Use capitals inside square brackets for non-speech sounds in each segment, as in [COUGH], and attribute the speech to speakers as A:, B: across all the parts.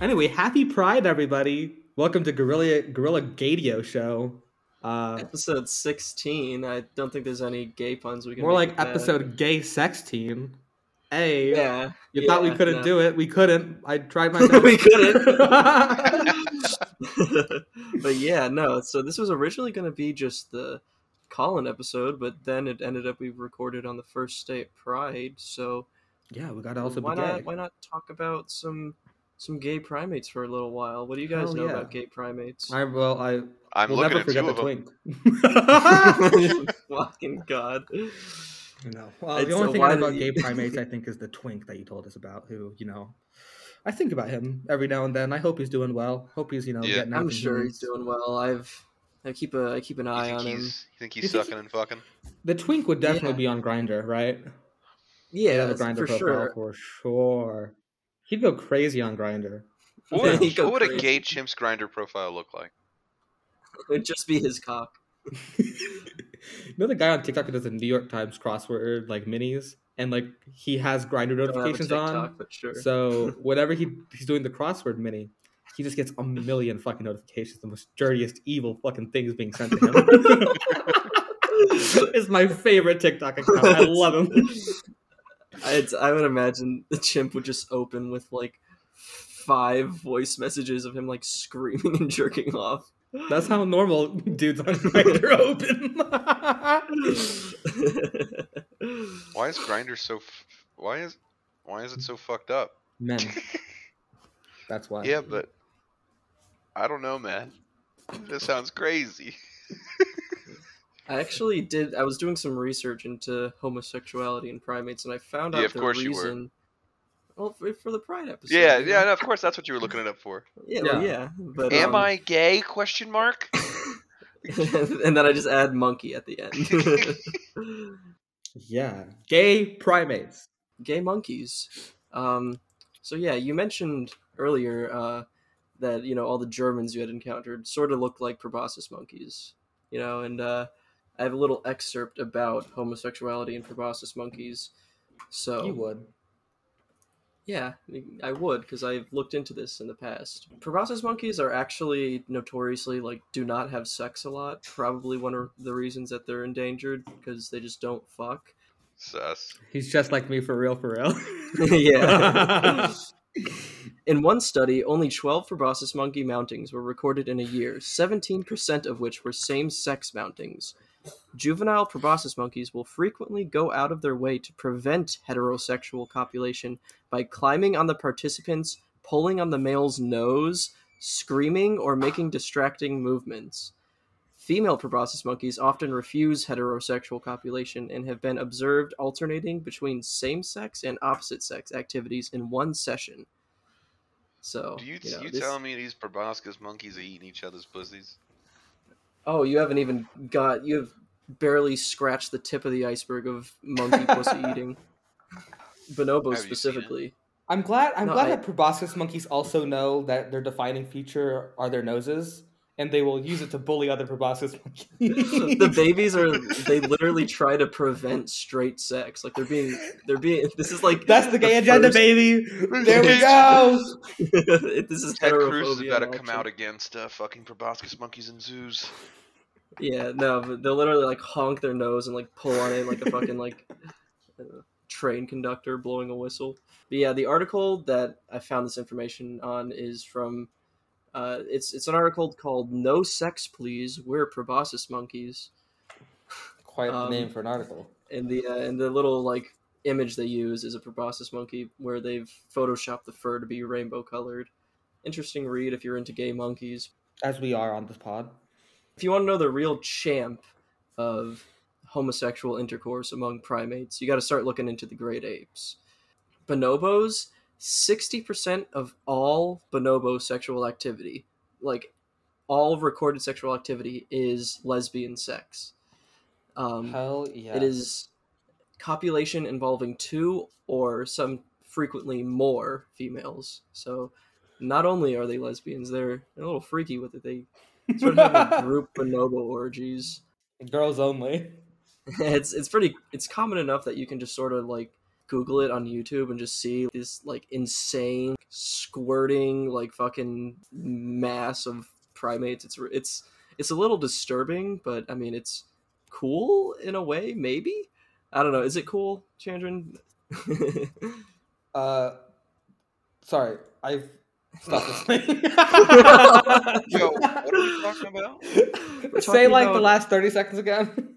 A: anyway, happy Pride, everybody. Welcome to Gorilla Gorilla Gadio Show. Uh,
B: episode 16. I don't think there's any gay puns we can
A: more
B: make
A: like
B: with that.
A: episode Gay Sex Team. Hey,
B: Yeah. [LAUGHS]
A: you thought we
B: yeah,
A: couldn't
B: no.
A: do it? We couldn't. I tried
B: [LAUGHS]
A: my best.
B: We couldn't. but yeah, no. So this was originally going to be just the Colin episode, but then it ended up we recorded on the first day at Pride. So
A: [LAUGHS] yeah, we gotta also
B: why
A: be
B: not
A: gay.
B: why not talk about some some gay primates for a little while? What do you guys
A: Hell
B: know
A: yeah.
B: about gay primates? [LAUGHS]
A: I well, I
C: I'm
A: will
C: looking
A: never
C: at two
A: forget the
C: of them.
A: twink.
C: [LAUGHS]
A: [LAUGHS] you
B: Fucking god.
A: know, well,
B: It's
A: the
B: a
A: only thing
B: why
A: about
B: did
A: gay
B: you-
A: primates, I think, is the twink that you told us about. Who you know, I think about him every now and then. I hope he's doing well. Hope he's you know
C: Yeah.
A: getting. out
B: I'm
A: to
B: sure he's
A: humans.
B: doing well. I've I keep a I keep an
C: You
B: eye
C: think
B: on him.
C: he's, you think he's
A: You think
C: sucking and fucking?
B: [LAUGHS]
A: The twink would definitely
B: Yeah.
A: be on Grinder, right? He'd
B: Yeah,
A: have a Grindr profile
B: for sure.
A: for sure. He'd go crazy on [LAUGHS] Grinder.
B: [LAUGHS]
C: What would,
B: He'd go
C: what would a
B: crazy.
C: gay chimps grinder profile look like?
B: It'd just be his cock.
A: you know the guy on TikTok that does the New York Times crossword like minis, and like he has Grinder
B: Don't have a
A: notifications on.
B: TikTok, but sure. [LAUGHS]
A: So whenever he he's doing the crossword mini, he just gets a million fucking notifications. The most dirtiest, evil fucking things being sent to him. [LAUGHS] it's my favorite TikTok account. I love
B: [LAUGHS]
A: him.
B: I'd, I would imagine the chimp would just open with like five voice messages of him like screaming [LAUGHS] and jerking off.
A: That's how normal dudes on Grinder [LAUGHS] open. [LAUGHS]
C: Why is grinder so? F- why is why is it so fucked up?
A: Men. That's why.
C: Yeah, but I don't know, man. [LAUGHS] That
B: [LAUGHS]
C: sounds crazy.
B: I actually did. I was doing some research into homosexuality in primates, and I found out
C: Yeah, of
B: the
C: course you were.
B: reason. Well, for, for the Pride episode.
C: Yeah,
B: you
C: yeah.
B: know?
C: No, of course, that's what you were looking it up for.
B: yeah, well,
A: Yeah.
B: yeah. [LAUGHS] But,
C: Am
B: um,
C: I gay? Question mark.
B: [LAUGHS] and then I just add monkey at the
C: [LAUGHS]
B: end.
A: Yeah. Gay primates.
B: gay monkeys. Um, so yeah, you mentioned earlier uh, that you know all the Germans you had encountered sort of looked like proboscis monkeys, you know, and uh, I have a little excerpt about homosexuality and proboscis monkeys. So
A: You would.
B: yeah, I would because I've looked into this in the past. Proboscis monkeys are actually notoriously like do not have sex a lot. Probably one of the reasons that they're endangered because they just don't fuck.
C: Sus.
A: He's just like me for real, for real. [LAUGHS]
B: yeah. [LAUGHS] In one study, only 12 proboscis monkey mountings were recorded in a year, 17% of which were same sex mountings. Juvenile proboscis monkeys will frequently go out of their way to prevent heterosexual copulation by climbing on the participants, pulling on the male's nose, screaming, or making distracting movements. Female proboscis monkeys often refuse heterosexual copulation and have been observed alternating between same sex and opposite sex activities in one session. So,
C: Do you
B: you know,
C: you
B: Oh, this-
C: telling me these proboscis monkeys are eating each other's pussies?
B: Oh, you haven't even got. You have barely scratched the tip of the iceberg of monkey
C: [LAUGHS]
B: pussy eating. Bonobo
C: Have you seen it?
B: specifically.
A: I'm glad. I'm
B: No,
A: glad
B: I-
A: that proboscis monkeys also know that their defining feature are their noses, and they will use it to bully other proboscis [LAUGHS] monkeys.
B: [LAUGHS] the babies are. They literally try to prevent straight sex. Like they're being. They're being. This is like.
A: That's the gay agenda,
B: [LAUGHS] first-
A: baby. There we
C: It's-
A: go.
B: this is
C: Ted
B: heterophobia.
C: Cruz is about to
B: in
C: come
B: action.
C: out against uh, fucking proboscis monkeys
B: [LAUGHS]
C: in zoos.
B: Yeah, no, but they'll literally like honk their nose and like pull on it like a fucking like [LAUGHS] uh, train conductor blowing a whistle. But yeah, the article that I found this information on is from uh, it's it's an article called "No Sex Please, We're Proboscis Monkeys,"
A: Quite
B: Um,
A: the name for an article.
B: and the uh, and the little like image they use is a proboscis monkey where they've photoshopped the fur to be rainbow colored. Interesting read if you're into gay monkeys.
A: As we are on this pod.
B: if you want to know the real champ of homosexual intercourse among primates, you got to start looking into the great apes. Bonobos, 60% of all bonobo sexual activity, like all recorded sexual activity, is lesbian sex. Um,
A: Hell yeah. [LAUGHS]
B: it is copulation involving two or some frequently more females. So not only are they lesbians, they're a little freaky with it. They sort of
A: [LAUGHS]
B: have like group bonobo orgies.
A: girls only.
B: [LAUGHS] It's it's pretty it's common enough that you can just sort of like Google it on YouTube and just see this like insane squirting like fucking mass of primates. It's it's it's a little disturbing, but I mean it's cool in a way. Maybe I don't know. Is it cool, Chandran? [LAUGHS]
A: Uh, sorry, I've stopped [LAUGHS]
B: [LAUGHS]
A: listening.
C: Yo, what are we talking about?
A: Say
B: talking
A: like the
B: about-
A: last thirty seconds again.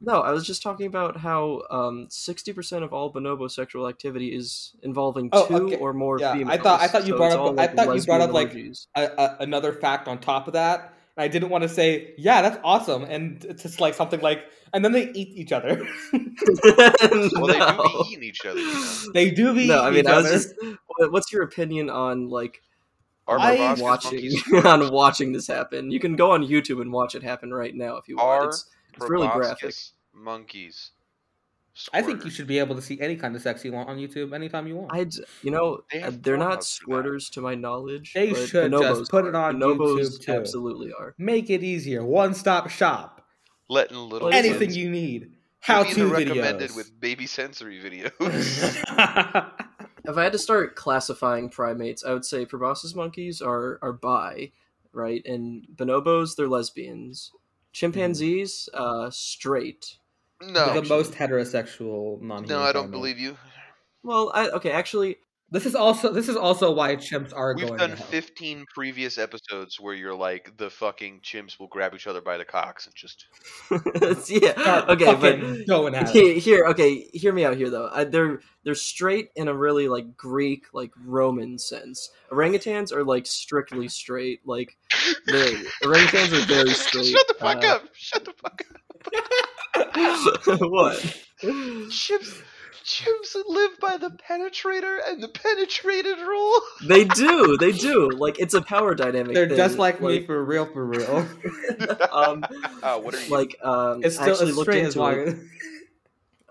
B: No, I was just talking about how um, sixty percent of all bonobo sexual activity is involving two
A: Oh, okay.
B: or more
A: Yeah, I
B: females.
A: thought- I thought you
B: So
A: brought
B: it's
A: up-
B: all,
A: I thought you brought
B: lesbian
A: up, like-
B: orgies.
A: a, a, another fact on top of that. And I didn't want to say, yeah, that's awesome, and it's just like something like, and then they eat each other. [LAUGHS]
C: Well, they
B: [LAUGHS]
C: do
B: No.
C: be eating each other. You know?
A: they do be.
B: no, I mean,
A: each
B: I was
A: other.
B: just. what- What's your opinion on like
C: Are
A: I-
C: proboscis
B: watching [LAUGHS]
C: monkeys-
B: on watching this happen? You can go on YouTube and watch it happen right now if you want.
C: Are
B: It's, it's really graphic.
C: proboscis Monkeys.
A: I think you
C: squirters?
A: should be able to see any kind of sex you want on YouTube anytime you want.
B: I, d- you know, uh,
C: They have
B: they're not
C: Pornhub for that.
B: squirters to my knowledge.
A: They
B: but
A: should just
B: bonobos
A: put it
B: are.
A: on
B: bonobos
A: YouTube, too.
B: Absolutely are.
A: Make it easier. One stop shop.
C: Letting little
B: Anything
A: Anything
C: kids
A: you need.
C: Put
A: How
C: me in
A: to
C: the recommended
A: videos.
C: with baby sensory videos. [LAUGHS]
A: [LAUGHS]
B: If I had to start classifying primates, I would say proboscis monkeys are are bi, right? And bonobos, they're lesbians.
A: Mm-hmm.
B: Chimpanzees, uh, straight.
C: no,
A: the most heterosexual non.
C: no, I don't believe you.
B: Well, I, okay, actually,
A: This is also this is also why chimps are
C: We've
A: going.
C: done
A: to hell.
C: 15 previous episodes where you're like the fucking chimps will grab each other by the cocks and just
B: [LAUGHS]
C: [LAUGHS]
B: yeah,
A: [LAUGHS] Start
B: okay, but [LAUGHS]
A: fucking going [LAUGHS] at it.
B: He- here okay hear me out here though I, they're they're straight in a really like greek like roman sense orangutans are like strictly straight like they orangutans are
C: [LAUGHS]
B: very straight
C: Shut the fuck
B: uh,
C: up! Shut the fuck up!
B: [LAUGHS] what
C: Chimps, chimps live by the penetrator and the penetrated rule.
B: they do they do like it's a power dynamic
A: They're
B: thing,
A: just like, me for real, for real. [LAUGHS]
B: [LAUGHS] um
C: Ah, what are you?
B: like um
A: It's
B: I
A: still
B: actually
A: it's
B: looked
A: straight as
B: into it.
A: [LAUGHS]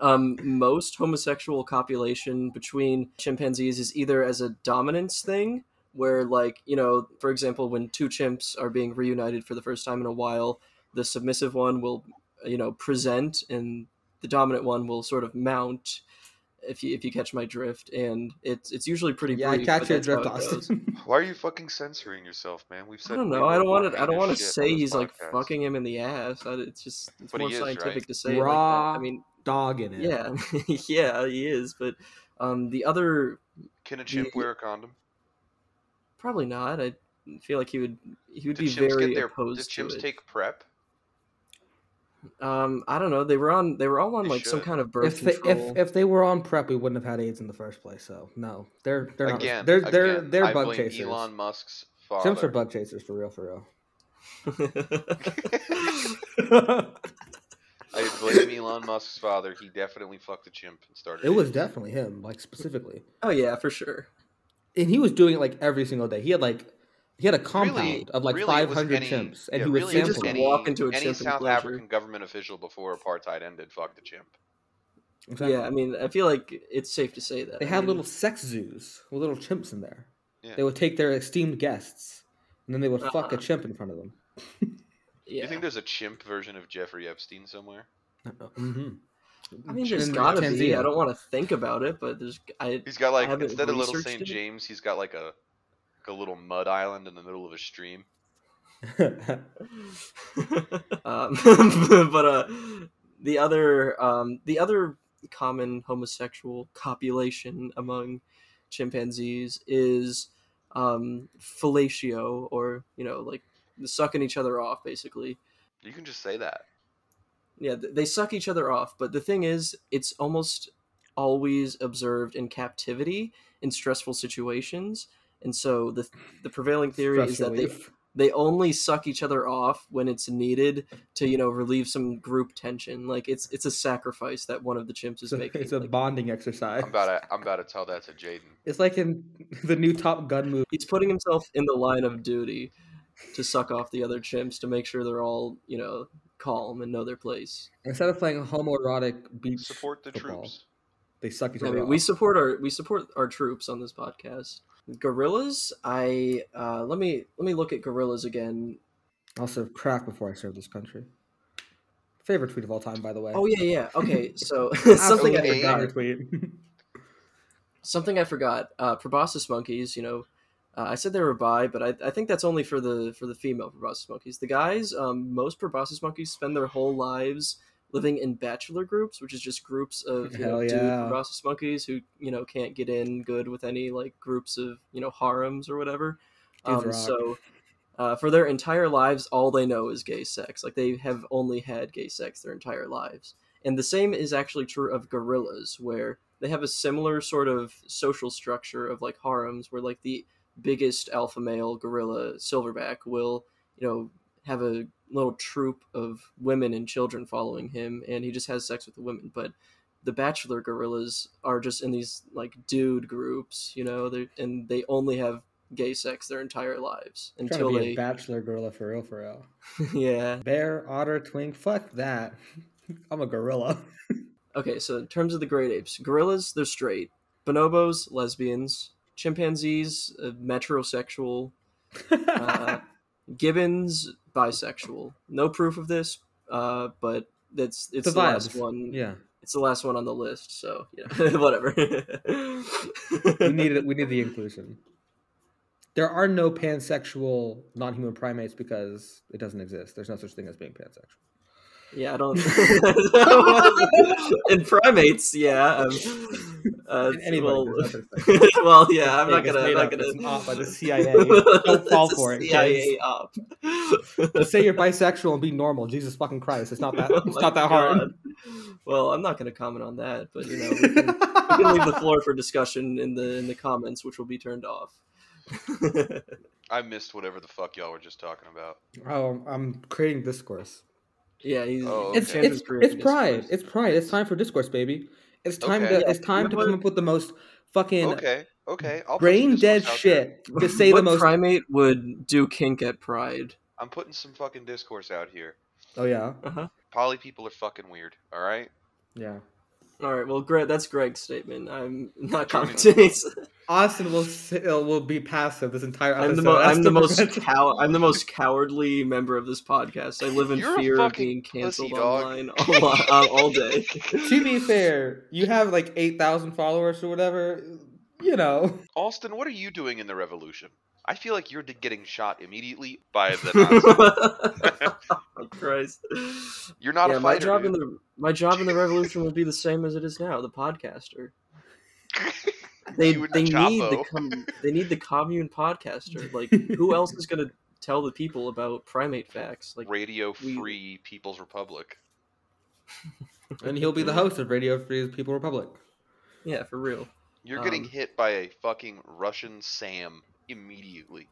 A: long.
B: um, most homosexual copulation between chimpanzees is either as a dominance thing, where, like, you know, for example, when two chimps are being reunited for the first time in a while, the submissive one will, you know, present and the dominant one will sort of mount. If you, if you catch my drift, and it's it's usually pretty
A: Yeah, I
B: brief.
A: catch
B: but
A: your
B: that's how
A: drift,
B: it goes.
C: [LAUGHS]
A: Austin.
C: Why are you fucking censoring yourself, man? We've said.
B: I don't
C: way
B: know. I don't
C: more
B: want to. I
C: heinous
B: don't want to
C: shit on
B: say
C: this
B: he's like
C: podcast.
B: fucking him in the ass. I- It's just it's
C: But
B: more
C: he is, right?
B: scientific to say. it like that.
A: Raw
B: I mean,
A: [LAUGHS] Dog in it.
B: yeah, [LAUGHS] yeah, he is. But um, the other
C: Can a chimp
B: You-
C: wear a condom?
B: probably not. I feel like he would he would
C: Do
B: be
C: chimps
B: very
C: get their? Do
B: opposed to
C: chimps
B: it.
C: take prep?
B: um, I don't know. They were on. They were all on
C: They
B: like some
C: should.
B: kind of birth
A: If they,
B: control.
A: if if they were on prep, we wouldn't have had AIDS in the first place. So no, they're they're not.
C: again,
A: they're they're
C: again,
A: they're
C: I
A: bug
C: blame
A: chasers.
C: Elon Musk's father.
A: Chimps are bug chasers for real, for real.
C: I blame Elon Musk's father. He definitely fucked a chimp and started.
A: it was
C: AIDS.
A: definitely him, like specifically,
B: [LAUGHS] oh yeah, for sure.
A: and he was doing it like every single day. He had like he had a compound
C: Really-
A: of like
C: really, it was
A: 500
C: any-
A: chimps, and
C: yeah,
A: he was
C: really, it was
B: Just
A: sampling.
C: any,
A: them.
B: walk into a
C: any
B: chimp and
C: South
B: pleasure.
C: African government official before apartheid ended fucked a chimp.
A: Exactly.
B: Yeah, I mean, I feel like it's safe to say that
A: They
B: I
A: had
B: mean,
A: little sex zoos with little chimps in there.
C: Yeah.
A: They would take their esteemed guests, and then they would fuck a
B: Uh-huh.
A: chimp in front of them.
B: Yeah,
C: You think there's a chimp version of Jeffrey Epstein somewhere?
B: Uh-huh.
A: [LAUGHS] Mm-hmm.
B: I mean, there's
A: In
B: gotta be.
A: Tanzania.
B: I don't want to think about it, but there's I.
C: He's got like
B: haven't
C: instead of little
B: researched
C: St.
B: it.
C: James, he's got like a like a little mud island in the middle of a stream.
B: [LAUGHS] um, but uh, the other um, the other common homosexual copulation among chimpanzees is um, fellatio, or you know, like sucking each other off, basically.
C: You can just say that.
B: Yeah, th- they suck each other off. But the thing is, it's almost always observed in captivity in stressful situations, and so the the prevailing theory
A: Stress
B: is that
A: [LAUGHS]
B: they [LAUGHS]
A: relief.
B: they only suck each other off when it's needed to you know relieve some group tension like it's it's a sacrifice that one of the chimps
A: It's
B: is
A: a,
B: making
A: it's a
B: Like,
A: bonding exercise.
C: I'm about to I'm about to tell that to Jaden.
A: It's like in [LAUGHS] the new Top Gun movie.
B: he's putting himself in the line of duty to suck off the other chimps to make sure they're all you know calm and know their place
A: Instead of playing homoerotic beach
C: Support the
A: football,
C: troops.
A: they suck each
B: I
A: other.
B: mean,
A: off.
B: we support our we support our troops on this podcast gorillas i uh let me let me look at gorillas again
A: also crack before I served this country. Favorite tweet of all time, by the way.
B: oh yeah yeah okay so [LAUGHS]
A: Absolutely
B: something i
C: Okay.
B: forgot
A: favorite tweet. [LAUGHS]
B: something I forgot. Uh, proboscis monkeys, you know, uh, I said they were bi, but I, I think that's only for the for the female proboscis monkeys. The guys, um, most proboscis monkeys spend their whole lives living in bachelor groups, which is just groups of you know,
A: Hell
B: dude
A: yeah.
B: proboscis monkeys who you know can't get in good with any like groups of you know harems or whatever.
A: Dudes
B: Um,
A: rock.
B: so. Uh, for their entire lives, all they know is gay sex. Like they have only had gay sex their entire lives. And the same is actually true of gorillas, where they have a similar sort of social structure of like harems, where like the biggest alpha male gorilla, silverback, will, you know, have a little troop of women and children following him, and he just has sex with the women. But the bachelor gorillas are just in these like dude groups, you know, they're- and they only have gay sex their entire lives until
A: Trying to be
B: they,
A: a bachelor gorilla for real, for real.
B: [LAUGHS] yeah.
A: Bear, otter, twink, fuck that. [LAUGHS] I'm a gorilla. [LAUGHS]
B: Okay, so in terms of the great apes, gorillas, they're straight. Bonobos, lesbians. Chimpanzees, uh, metrosexual. Uh, Gibbons, bisexual. No proof of this, uh, but that's it's
A: The
B: the, last
A: vibes.
B: one.
A: yeah,
B: It's the last one on the list, so you know, [LAUGHS] whatever.
A: we need it. We need the inclusion. There are no pansexual non-human primates because it doesn't exist. There's no such thing as being pansexual.
B: [LAUGHS] yeah,
A: [LAUGHS]
B: I don't. and primates, yeah. Um, uh,
A: In anybody,
B: well,
A: there's no such thing.
B: [LAUGHS] well, yeah, I'm not
A: It's
B: gonna. I'm
A: made
B: not
A: up.
B: gonna.
A: It's off
B: [LAUGHS]
A: by the CIA. Don't fall
B: It's a
A: for it,
B: CIA
A: kids.
B: op.
A: Just say you're bisexual and be normal. Jesus fucking Christ, it's not that.
B: [LAUGHS] Oh
A: It's
B: my
A: not that hard.
B: God. Well, I'm not going to comment on that, but you know, we can, we can leave the floor for discussion in the in the comments, which will be turned off. [LAUGHS]
C: I missed whatever the fuck y'all were just talking about.
A: [LAUGHS] oh, I'm creating discourse.
B: yeah, he's,
C: Oh,
A: It's
C: Okay.
A: it's it's pride. It's pride. It's time for discourse, baby. It's time
C: Okay.
A: to it's time
B: You
A: to
B: know
A: come
B: what?
A: up with the most fucking
C: Okay, okay. I'll put some
A: brain dead
C: discourse out there.
A: shit
B: [LAUGHS]
A: to say the
B: what
A: most.
B: primate would do kink at Pride?
C: I'm putting some fucking discourse out here.
A: Oh yeah,
B: Uh-huh.
C: Poly people are fucking weird. All right.
A: yeah.
B: All right, well, Greg, that's Greg's statement. I'm not
C: Turn it.
B: commenting. [LAUGHS]
A: Austin will sit, will be passive this entire episode.
B: I'm the, mo-
A: That's
B: I'm the most
A: prevent- [LAUGHS]
B: cow- I'm the most cowardly member of this podcast. I live in
C: You're a
B: fear of
C: fucking
B: being canceled
C: pussy, dog.
B: online all, uh, all
C: [LAUGHS]
B: day.
A: to be fair, you have like eight thousand followers or whatever. You
B: [LAUGHS]
A: know,
C: Austin, what are you doing in the revolution? I feel like you're d- getting shot immediately by
B: [LAUGHS]
C: the Nazis.
B: Oh, Christ.
C: you're not
B: yeah,
C: a
B: my
C: fighter.
B: job in
C: dude. [LAUGHS]
B: the my job in the revolution would be the same as it is now. The podcaster. They
C: You and
B: they
C: the
B: need the
C: Chapo.
B: com- they need the commune
C: [LAUGHS]
B: podcaster. Like who else is gonna tell the people about primate facts? Like
C: Radio
B: we-
C: Free People's Republic.
A: and he'll be the host of Radio Free People Republic.
B: yeah, for real. [LAUGHS]
C: You're getting
B: Um,
C: hit by a fucking Russian Sam
A: [LAUGHS]
C: immediately.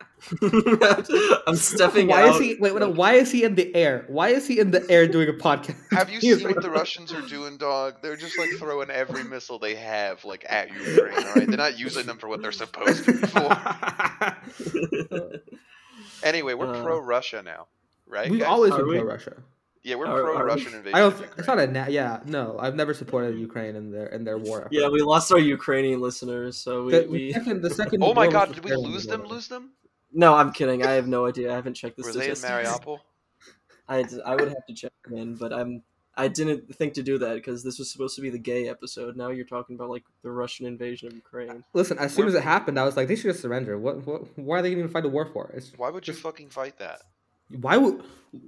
B: I'm stepping
A: why
B: out.
A: is he? Wait, wait, no, why is he in the air? Why is he in the air doing a podcast?
C: Have you
A: He is
C: seen
A: like-
C: what the Russians are doing, dog? They're just like throwing every missile they have like at Ukraine. All right, they're not using them for what they're supposed
A: [LAUGHS]
C: to be for. Anyway, we're
B: Uh,
C: pro Russia now, right?
A: We've
C: guys?
A: always
B: Are
A: been
B: we?
A: pro Russia.
C: yeah, we're
B: are- are we?
C: pro Russian invasion.
A: I don't.
C: of Ukraine.
A: It's not a. Na- yeah, no. I've never supported Ukraine in their in their war. Effort.
B: Yeah, we lost our Ukrainian listeners, so we,
A: The, the
B: we
A: second,
B: [LAUGHS]
A: the second
C: oh
A: war
C: my
A: was
C: god,
A: the
C: did we
A: third one
C: lose
A: won.
C: them? Lose them?
B: No, I'm kidding. I have no idea. I haven't checked the
C: Were they in
B: statistics.
C: Mariupol?
B: I, I would have to check them in, but I'm I didn't think to do that because this was supposed to be the gay episode. Now you're talking about like the Russian invasion of Ukraine.
A: Listen, as soon
C: We're-
A: as it happened, I was like, they should just surrender. What? What? Why are they even fight a war for? It's,
C: Why would you
A: Just-
C: fucking fight that?
A: why would?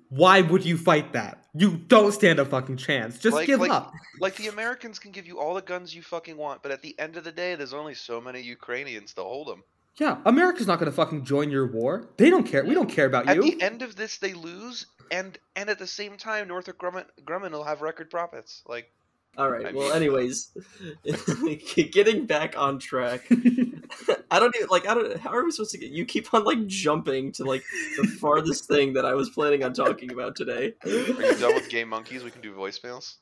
A: Why would you fight that? You don't stand a fucking chance. Just
C: Like-
A: give
C: like-
A: up.
C: Like the Americans can give you all the guns you fucking want, but at the end of the day, there's only so many Ukrainians to hold them.
A: Yeah, America's not gonna fucking join your war. They don't care. We don't care about
C: At
A: you. [LAUGHS]
C: the end of this, they lose, and and at the same time, Northrop Grumman, Grumman will have record profits. Like,
B: All right.
C: I
B: Well,
C: mean- [LAUGHS]
B: anyways, [LAUGHS] getting back on track. [LAUGHS] I don't even like. I don't. How are we supposed to get? You keep on like jumping to like
A: [LAUGHS]
B: the farthest thing that I was planning on talking about today.
C: are you done with gay monkeys? We can do voicemails.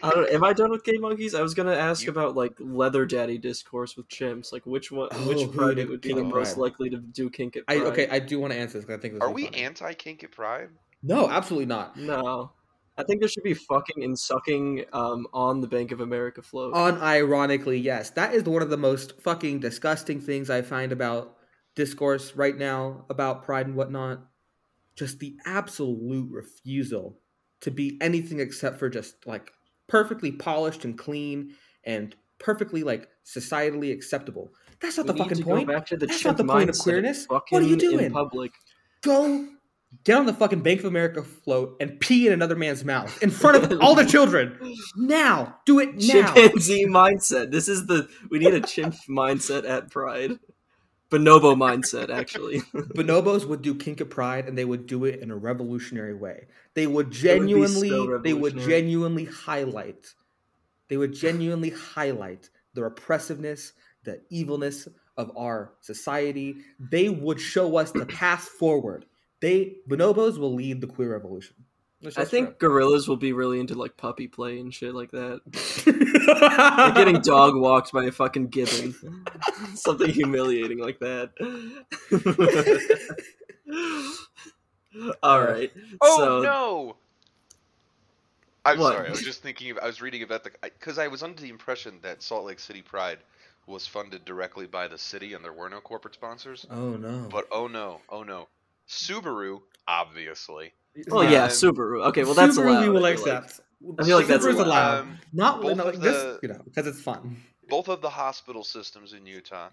B: I don't. Am I done with gay monkeys? I was gonna ask
C: You-
B: about like leather daddy discourse with chimps. Like which one?
A: Oh,
B: which
A: who
B: primate
A: did
B: would be the
C: kink at
B: most
A: Pride?
B: likely to do kink at
A: I,
B: Pride?
A: okay, I do want to answer this because I think. This
C: Are
A: is
C: we
A: funny.
C: anti kink at Pride?
A: No, absolutely not.
B: No. I think there should be fucking and sucking um, on the Bank of America float.
A: Oh, Unironically, yes. That is one of the most fucking disgusting things I find about discourse right now about pride and whatnot. Just the absolute refusal to be anything except for just like perfectly polished and clean and perfectly like societally acceptable. That's not
B: We
A: the
B: need
A: fucking
B: to
A: point.
B: Go back to the
A: That's
B: chimp
A: not the point of
B: mindset
A: queerness.
B: fucking
A: What are you
B: In
A: doing?
B: public.
A: Go get on the fucking Bank of America float and pee in another man's mouth in front
B: [LAUGHS]
A: of all the children. Now, do it now.
B: Chimpanzee mindset. This is the we need a chimp mindset at Pride. Bonobo mindset, actually.
A: Bonobos would do Kinka Pride and they would do it in a revolutionary way. They would
B: would be so
A: genuinely they would
B: revolutionary.
A: genuinely highlight they would genuinely highlight the repressiveness, the evilness of our society. They would show us the path forward. They bonobos will lead the queer revolution. That's
B: I
A: just
B: think gorillas will be really into like puppy play and shit like that.
A: [LAUGHS] true.
B: They're
A: [LAUGHS]
B: getting dog walked by a fucking gibbon. Something humiliating like that. All right.
C: Oh
B: so,
C: no! I'm
B: What?
C: sorry. I was just thinking. Of, I was reading about the because I was under the impression that Salt Lake City Pride was funded directly by the city and there were no corporate sponsors.
A: Oh no.
C: But oh no, oh no, Subaru obviously.
B: Well, oh, yeah,
C: Um,
B: Subaru. Okay, well that's
A: Subaru
B: allowed.
A: we
B: I
A: will
B: feel like.
A: accept.
B: I feel like that's
A: Subaru's
B: allowed.
A: allowed.
C: Um,
A: Not,
C: both
A: not
C: of
A: like this,
C: the-
A: you know, because it's fun.
C: both of the hospital systems in Utah,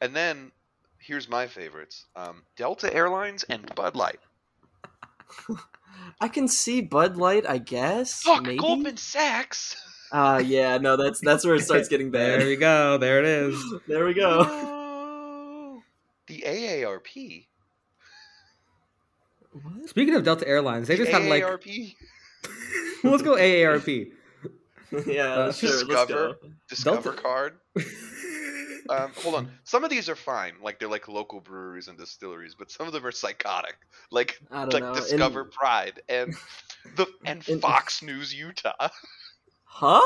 C: and then here's my favorites: um, Delta Airlines and Bud Light.
B: I can see Bud Light, I guess.
C: Fuck,
B: maybe?
C: Goldman Sachs.
B: Ah, yeah, no, that's that's where it starts getting
A: There
B: bad.
A: you go. There it is.
B: [LAUGHS] there we
C: [LAUGHS]
B: go.
C: No. The AARP.
A: [LAUGHS]
B: What?
A: Speaking of Delta Airlines, they just
C: the
A: had like
C: AARP.
A: [LAUGHS] let's go
B: [LAUGHS]
A: AARP.
B: yeah,
A: Uh,
B: sure. Let's go.
C: Discover. Discover
A: Delta-
C: card. Um, hold
A: [LAUGHS]
C: on. Some of these are fine, like they're like local breweries and distilleries, but some of them are psychotic, like
B: I don't
C: like
B: know. In-
C: Discover Pride and the
A: [LAUGHS]
C: and
B: In-
C: Fox News Utah.
B: huh?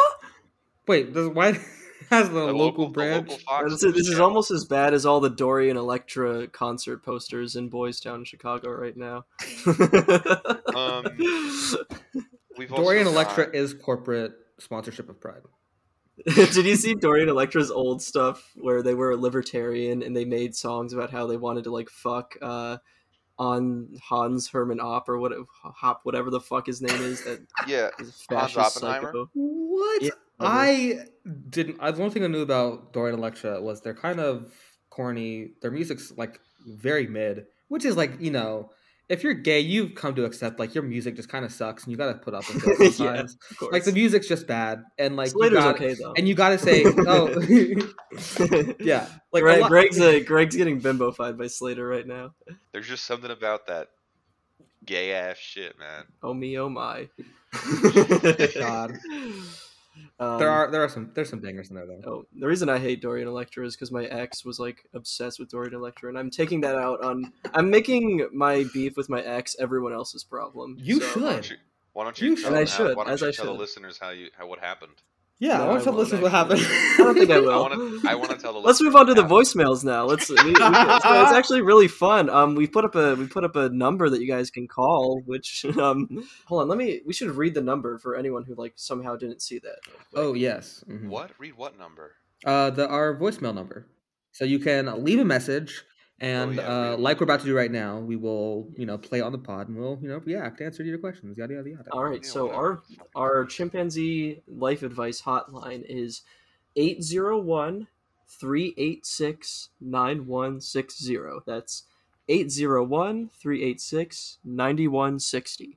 A: Wait, does, why [LAUGHS] has the,
C: The
A: local,
C: the
A: branch?
C: local Fox
B: This is,
C: News
B: this is
C: channel.
B: almost as bad as all the Dorian Electra concert posters in Boys Town, Chicago, right now. [LAUGHS]
C: Um, we've
A: [LAUGHS]
C: also
A: Dorian Electra
C: got-
A: is corporate sponsorship of Pride.
B: Did you see Dorian Electra's old stuff where they were a libertarian and they made songs about how they wanted to like fuck uh, on Hans Herman Opp or what Hop whatever the fuck his name is that
C: Yeah,
B: is a fascist
C: Oppenheimer?
B: psycho.
A: What?
B: Yeah.
A: I didn't. I, the only thing I knew about Dorian Electra was they're kind of corny. Their music's like very mid, which is like you know, if you're gay, you've come to accept like your music just kind of sucks, and you gotta put up with
B: [LAUGHS] Yeah,
A: it sometimes.
B: Of course.
A: like the music's just bad, and like you
B: Slater's
A: gotta,
B: okay though. [LAUGHS]
A: and you gotta say, oh, [LAUGHS] yeah, like a
B: Greg,
A: lot-
B: Greg's uh Greg's getting bimbofied by Slater right now.
C: there's just something about that gay ass shit, man.
B: Oh me, oh my. [LAUGHS]
A: God.
B: Um,
A: There are there are some there's some bangers in there though.
B: Oh, the reason I hate Dorian Electra is because my ex was like obsessed with Dorian Electra, and I'm taking that out on. I'm making my beef with my ex everyone else's problem.
A: You
B: so-
C: Why
A: should.
C: don't you, why don't you,
A: You
C: tell
A: should.
C: them
B: And I
C: how-
B: should,
C: why don't
B: as
C: you
B: I
C: tell the
B: should.
C: listeners how you how what happened?
A: Yeah,
B: No,
A: I want
B: I
A: to
B: won't,
A: listen to what happened.
B: actually. I don't think I
C: I
B: will.
C: want to I want to tell the
B: [LAUGHS] Let's move
C: listeners
B: on to the
C: how-
B: voicemails now. Let's. We, we can- so
A: [LAUGHS]
B: it's actually really fun. Um, we put up a we put up a number that you guys can call. Which [LAUGHS] um, hold on, let me. We should read the number for anyone who like somehow didn't see that.
A: [LAUGHS] Oh yes. mhm.
C: What? Read what number?
A: Uh, the our voicemail number, so you can leave a message, and
B: Oh,
C: yeah,
A: uh,
C: really.
A: like we're about to do right now, we will you know play it on the pod, and we'll you know react, answer to your questions, yada yada yada.
B: All right,
C: Yeah,
B: so
C: whatever.
B: our our chimpanzee life advice hotline is 801-386-9160. That's 801-386-9160.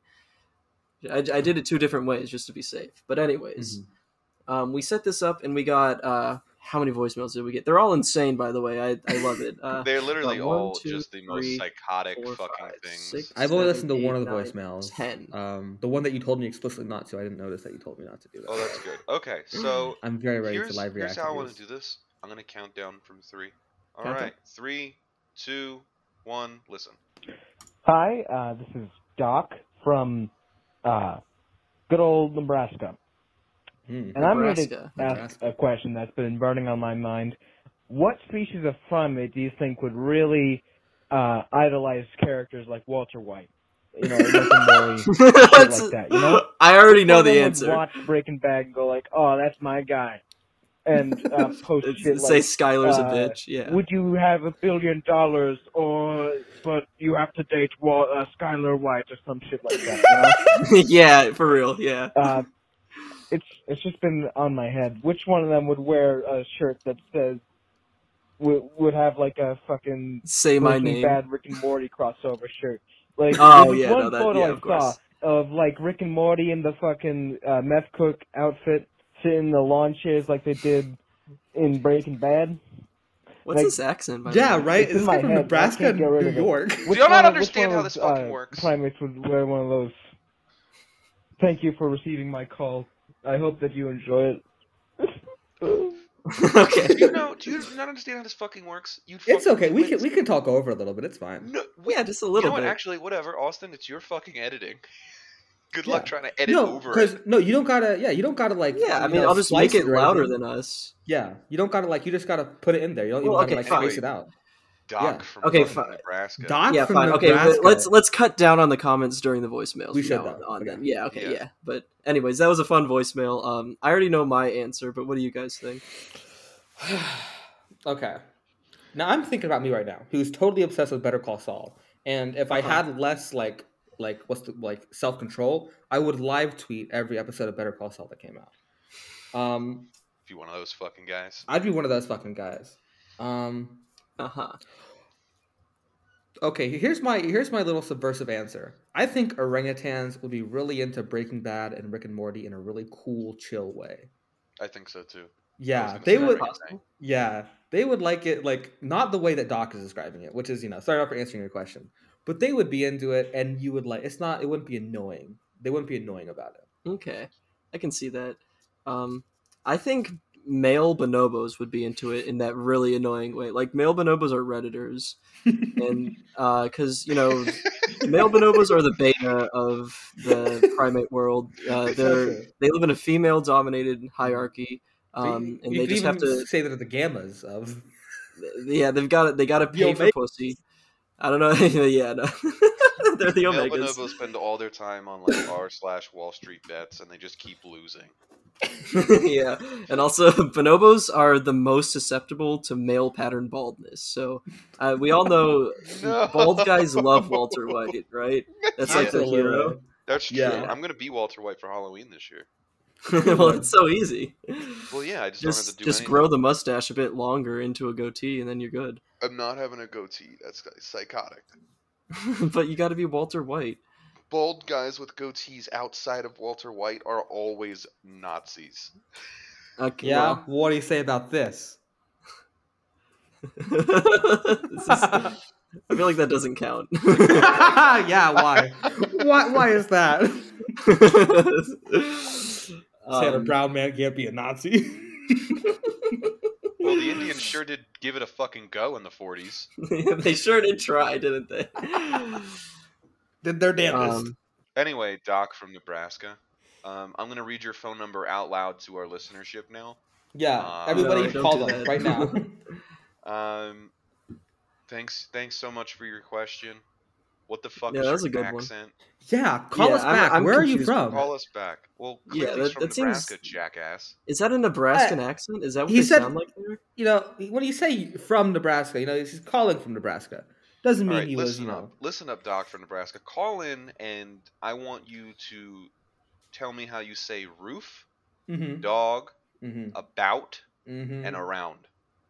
B: I, I did it two different ways just to be safe. But anyways,
A: Mhm.
D: Mm-hmm.
B: um, we set this up and we got uh, how many voicemails did we get? They're all insane, by the way. I, I love it. Uh,
D: [LAUGHS]
C: They're literally
B: one,
C: all
B: two,
C: just the
B: three,
C: most psychotic
B: four,
C: fucking
B: five,
C: things.
B: six.
A: I've only
B: seven,
A: listened to
B: eight,
A: one of the
B: nine,
A: voicemails.
B: 10.
D: Uh,
A: Um, the one that you told me explicitly not to. I didn't notice that you told me not to do that.
C: Oh, that's good.
B: [CLEARS THROAT]
C: Okay, so
A: I'm very ready
C: here's,
A: to live react.
C: here's how I want to
A: these.
C: do this. I'm gonna count down from three. All right,
B: Countdown.
C: three, two, one. Listen.
D: Hi, uh, this is Doc from uh, good old Nebraska.
A: Hmm.
D: And I'm going to
B: Nebraska.
D: [LAUGHS] ask
A: Nebraska.
D: a question that's been burning on my mind. What species of primate do you think would really uh, idolize characters like Walter White? You know,
B: [LAUGHS]
D: Lincoln Murray.
B: That's-
D: like that, you know?
B: [LAUGHS] I already know the
D: Someone would
B: answer.
D: Watch Breaking Bad and go like, "Oh, that's my guy," and
B: [LAUGHS]
D: uh, post
B: It's-
D: shit
B: say
D: like,
B: Skylar's
D: uh,
B: a bitch. Yeah. [LAUGHS]
D: "Would you have a billion dollars, or but you have to date Wal- uh, Skyler White or some shit like that?" You know?
B: yeah, for real. Yeah.
D: uh, it's it's just been on my head. Which one of them would wear a shirt that says would would have like a fucking
B: Say my
D: Breaking
B: name.
D: bad Rick and Morty crossover shirt? Like
B: Oh,
D: there's
B: yeah,
D: one
B: no, that-
D: photo
B: yeah,
D: I
B: of course.
D: saw of like Rick and Morty in the fucking uh, meth cook outfit, sitting in the lawn chairs like they did in Breaking Bad.
B: What's
D: Like-
B: this accent? By the
A: Yeah,
B: way?
A: right.
D: It's
A: Is this
D: in
A: guy
D: my
A: from
D: head. I
A: Nebraska,
D: can't get rid
A: New
D: of it.
B: [LAUGHS]
A: York?
D: Which
C: y'all not
D: one- which
C: understand
D: one
C: how
D: of
C: this
D: those,
C: fucking
D: uh,
C: works?
D: Primates would wear one of those. Thank you for receiving my call. I hope that you enjoy it. [LAUGHS]
B: [LAUGHS] okay.
C: Do you know? Do you not understand how this fucking works? You.
A: It's
C: fucking
A: okay. We can
C: twins.
A: we can talk over it a little bit. It's fine.
C: No, we,
B: Yeah, just a
C: you
B: little
C: know what?
B: bit.
C: Actually, whatever, Austin. It's your fucking editing. [LAUGHS] Good
A: Yeah.
C: luck trying to edit
A: no,
C: over it.
A: because no, you don't gotta. Yeah, you don't gotta like.
B: yeah, I
A: you
B: mean,
A: know,
B: I'll just
A: slice
B: make it
A: or
B: louder
A: anything.
B: than us.
A: Yeah, you don't gotta like. You just gotta put it in there. You don't
B: Well,
A: even
B: okay,
A: gotta like
C: fine.
A: space it out.
C: Doc
A: yeah.
C: from
B: Okay,
C: fucking
B: fine.
C: Nebraska.
A: Doc
B: yeah,
A: from
B: fine. Okay,
A: Nebraska.
B: but let's let's cut down on the comments during the voicemails.
A: We
B: from
A: should,
B: now on,
A: though.
B: on
A: Okay.
B: them. Yeah. Okay.
C: Yeah.
B: Yeah. But anyways, that was a fun voicemail. Um, I already know my answer, but what do you guys think?
A: okay. Now I'm thinking about me right now, who's totally obsessed with Better Call Saul. And if I
B: Uh-huh.
A: had less like like what's the like self control, I would live tweet every episode of Better Call Saul that came out. Um,
C: If you one of those fucking guys.
A: I'd be one of those fucking guys. Um,
B: Uh huh.
A: okay, here's my here's my little subversive answer. I think orangutans would be really into Breaking Bad and Rick and Morty in a really cool, chill way.
C: I think so too. I was
A: Yeah,
C: gonna
A: they
C: say
A: would.
C: Rick.
B: Possible.
A: Yeah, they would like it, like not the way that Doc is describing it, which is you know, sorry not for answering your question, but they would be into it, and you would like. It's not. It wouldn't be annoying. They wouldn't be annoying about it.
B: Okay, I can see that. Um, I think male bonobos would be into it in that really annoying way. Like male bonobos are redditors,
A: [LAUGHS]
B: and because you know,
C: [LAUGHS]
B: male bonobos are the beta of
A: [LAUGHS]
B: the primate world. Uh, they're
A: So
B: they live in a female dominated hierarchy.
A: you-
B: Um, and
A: you
B: they
A: could
B: just have
A: even
B: to
A: say that are the gammas of.
B: yeah, they've got it. They got to
A: The
B: pay for
A: Omegas.
B: pussy. I don't know. [LAUGHS] yeah, no. they're the
C: Male
B: omegas.
C: bonobos spend all their time on like r slash Wall Street bets, and they just keep losing.
A: [LAUGHS]
B: [LAUGHS] yeah, and also [LAUGHS] bonobos are the most susceptible to male pattern baldness. So uh, we all
A: [LAUGHS]
B: know
C: No.
B: bald guys love Walter White, right? That's like the
A: Absolutely.
B: hero.
C: [LAUGHS] That's true.
A: Yeah.
C: I'm gonna be Walter White for Halloween this year.
B: [LAUGHS] well, it's so easy.
C: Well, yeah, I
B: Just
C: just, don't have to do
B: just
C: anything.
B: grow the mustache a bit longer into a goatee, and then you're good. [LAUGHS]
C: I'm not having a goatee. That's psychotic.
B: but you got to be Walter White.
C: Bald guys with goatees outside of Walter White are always Nazis.
B: Okay,
A: Yeah.
B: Uh, well. [LAUGHS]
A: What do you say about this? [LAUGHS]
B: This
A: [LAUGHS]
B: is- I feel like that doesn't count. [LAUGHS]
A: yeah. Why? why? Why is that? Say that a
B: Um, [LAUGHS]
A: brown man can't be a Nazi. [LAUGHS]
C: Well, the Indians sure did give it a fucking go in the 40s.
B: they sure did try, didn't they?
A: Did their damnedest.
B: Um,
C: Anyway, Doc from Nebraska, um, I'm gonna read your phone number out loud to our listenership now.
A: yeah.
C: uh,
A: Everybody
B: No, don't
A: call
B: do
A: them
B: that.
A: right
B: [LAUGHS]
A: now.
C: Um, thanks, thanks so much for your question. What the fuck
B: Yeah,
C: is
B: that was
C: your
B: a good one.
C: accent?
A: yeah. Call
B: Yeah,
A: us
B: I'm-
A: back.
B: I'm
A: Where are you
B: confused by
A: from?
C: Call us back. Well,
B: Yeah,
C: clearly
B: that-
C: he's from
B: that seems-
C: Nebraska, jackass.
B: is that a Nebraskan accent? Is that what
A: he
B: they
A: said-
B: sound like there?
A: you know, when you say from Nebraska, you know, he's calling from Nebraska. Doesn't
C: All
A: mean
C: right,
A: he was, you
C: listen
A: know.
C: up, listen up, Doc from Nebraska. Call in, and I want you to tell me how you say roof,
A: Mm-hmm,
C: dog,
A: mm-hmm,
C: about,
A: mm-hmm,
B: Mm.
C: and around.